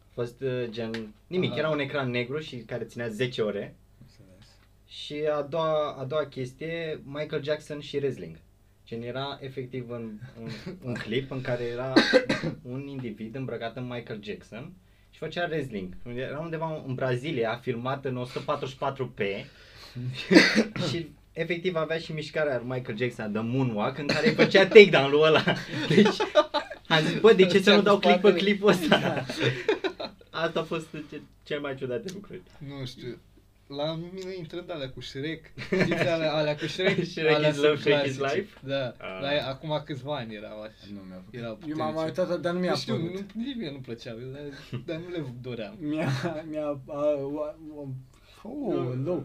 S3: A fost uh, gen nimic,
S2: Ah.
S3: era un ecran negru și care ținea 10 ore. Și a doua, a doua chestie, Michael Jackson și wrestling. Gen era efectiv un, un, un clip în care era un individ îmbrăcat în Michael Jackson și făcea wrestling. Era undeva în Brazilia, filmat în 144p și efectiv avea și mișcarea lui Michael Jackson, The Moonwalk, în care îi făcea takedown-ul ăla. Deci, am zis, bă, de ce să nu dau click pe clipul ăsta? Asta a fost ce, cel mai ciudat de lucruri.
S2: Nu știu. La mine intrând alea cu Shrek, știți alea, alea cu Shrek,
S3: Shrek
S2: alea
S3: is
S2: sunt
S3: love, Shrek is
S2: clasice.
S3: life?
S2: Da,
S3: Ah.
S2: la, acum câțiva ani erau așa.
S1: Nu mi-a plăcut.
S2: Era
S1: Eu m-am
S2: puternic.
S1: uitat, dar nu mi-a
S2: Nu știu,
S1: plăcut.
S2: nu, nici mie nu plăceau, dar, dar nu le doream.
S1: Mi-a, mi-a, a, a, oh, low.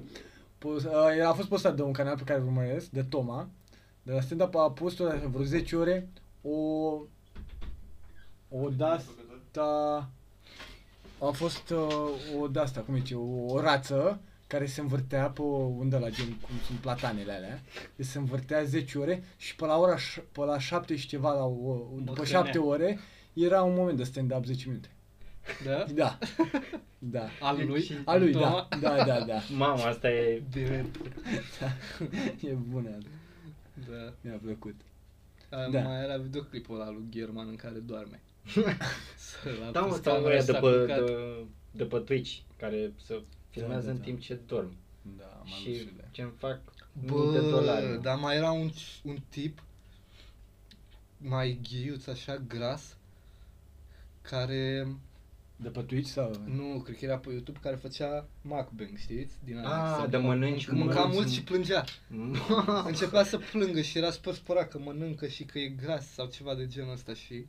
S1: Pus, a, a fost postat de un canal pe care îl urmăresc, de Toma, de la stand-up a pus o- vreo 10 ore o, o dasta, a fost uh, o dasta, cum zice, o, o rață care se învârtea pe o undă la gen, cum sunt platanele alea, deci se învârtea 10 ore și pe la ora, ș- pe la 7 și ceva, la, o, după
S2: Mocănea.
S1: 7 ore, era un moment de stand-up 10 minute.
S2: Da?
S1: Da. Da.
S2: Al lui?
S3: Și-
S1: A lui,
S2: Toma?
S1: da. Da, da, da.
S3: Mamă, asta e...
S2: Direct.
S1: E bună.
S2: Da.
S1: Mi-a plăcut.
S2: A,
S1: Da.
S2: Mai era videoclipul ăla lui German în care doarme. Să l-a
S3: Da, mă,
S2: pus
S3: stau
S2: camera
S3: ăia
S2: și
S3: de
S2: s-a
S3: pe,
S2: culcat.
S3: de, de pe Twitch, care se filmează
S1: Da, da,
S3: în
S1: da.
S3: timp ce dorm.
S1: Da,
S3: și ce-mi fac mii de dolari.
S2: Bă, da. dar mai era un, un tip mai ghiuț, așa, gras, care,
S1: De pe Twitch sau?
S2: nu, cred că era pe YouTube, care făcea mukbang, știți? Din
S3: Ah,
S2: să-
S3: de mănânci
S2: mânca mult,
S3: mult.
S2: și plângea. Începea să plângă și era spăspurat că mănâncă și că e gras sau ceva de genul ăsta și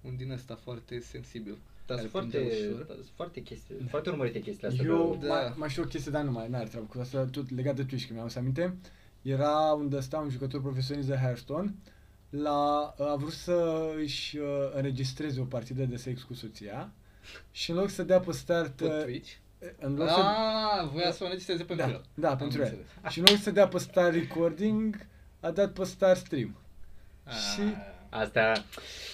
S2: un din ăsta foarte sensibil.
S3: Dar
S2: care
S3: sunt foarte,
S2: plângea ușor.
S3: sunt foarte, chestii, foarte urmărite chestiile astea.
S1: Eu
S3: de-
S2: da.
S1: da. mai știu o chestie, dar nu mai are treabă cu asta, tot legat de Twitch, că mi-am să aminte. Era unde sta un jucător profesionist de Hearthstone, la, a vrut să își uh, înregistreze o partidă de sex cu soția și în loc să dea pe start,
S2: Pe
S1: uh,
S2: Twitch?
S1: în loc să,
S2: Ah, voia să o înregistreze pentru
S1: Da,
S2: el.
S1: da,
S2: Am
S1: pentru el.
S2: înțeles.
S1: și în loc să dea pe start recording, a dat pe start stream. Și-
S2: Ah.
S3: Astea,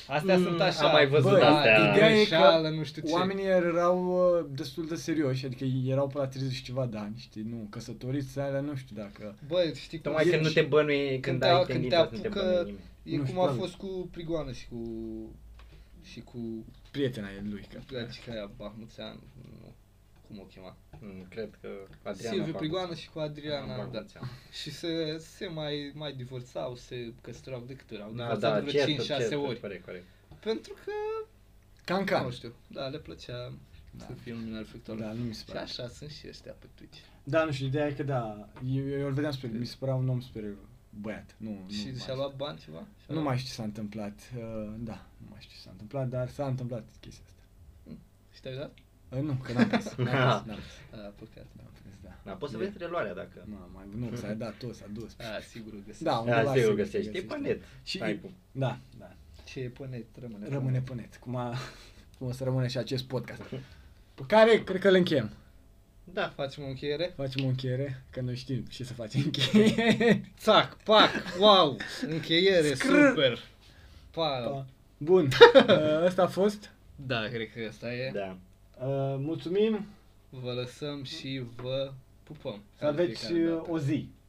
S2: Astea
S3: Mm,
S2: sunt așa.
S3: am mai văzut
S1: Bă,
S3: astea.
S1: ideea e
S2: greșeală,
S1: că
S2: nu știu ce.
S1: Oamenii erau uh, destul de serioși, adică erau pe la 30 și ceva de ani, știi, nu, căsătoriți alea, nu știu dacă...
S2: Bă, știi cum
S3: tocmai
S2: e?
S3: că nu te bănuie când
S2: te-
S3: ai
S2: când te
S3: tendința să nu te
S2: apucă-
S3: bănuie nimeni.
S2: E
S1: Nu
S2: cum
S1: știu,
S2: a
S1: doamne.
S2: fost cu Prigoană și cu... Și cu...
S1: Prietena e lui, că...
S2: Gagica aia, Bahmuțean, nu. Cum o chema.
S3: Mm, Cred că Adriana...
S2: Silviu
S3: Babu-
S2: Prigoană și cu Adriana,
S3: Babu-
S2: da. Și se, se mai, mai divorțau, se căsătoreau de câte ori. Au
S3: Da,
S2: divorțat
S3: da,
S2: vreo
S3: certă,
S2: 5-6
S3: certă,
S2: ori.
S3: corect, corect.
S2: Pentru că,
S1: Can can.
S2: nu știu, da, le plăcea
S1: Da.
S2: să fie un luminar frictor.
S1: Da, nu mi se
S2: Și
S1: pare.
S2: așa sunt și ăștia pe Twitch.
S1: Da, nu știu, ideea e că da, eu, eu îl vedeam super, mi se părea un om super băiat, nu, nu
S2: și
S1: mai
S2: și-a luat bani ceva? Și-a
S1: Nu
S2: luat-
S1: mai știu ce s-a întâmplat, uh, da, nu mai știu ce s-a întâmplat, dar s-a întâmplat chestia asta.
S2: Și te-ai dat?
S1: Uh, nu, că n-am prins, n-am prins, n-am prins,
S2: A, păcat.
S1: n-am prins, da.
S3: Da, poți să vezi reluarea dacă...
S1: Nu, mai, nu, s-a dat tot, s-a dus.
S2: A, sigur o găsești.
S1: Da, undeva
S3: Da, sigur
S1: sigur
S3: găsești, e pe net.
S1: Și-
S3: Type-ul.
S1: Da, da.
S2: Ce e pe net, rămâne. pe
S1: Rămâne
S2: net.
S1: pe net, cum, a, cum o să rămâne și acest podcast. Pe care cred că îl încheiem.
S2: Da, facem o încheiere.
S1: Facem o încheiere, că noi știm ce să facem încheiere.
S2: Țac, pac, wow, încheiere,
S1: Scrr.
S2: super. Pa.
S4: Da.
S2: pa.
S1: Bun, ă, ăsta a fost.
S2: Da, cred că asta e. Da.
S3: Da.
S4: Uh, mulțumim,
S2: Vă lăsăm și vă pupăm.
S4: să aveți
S2: Fiecare
S4: uh,
S2: dată.
S4: o zi.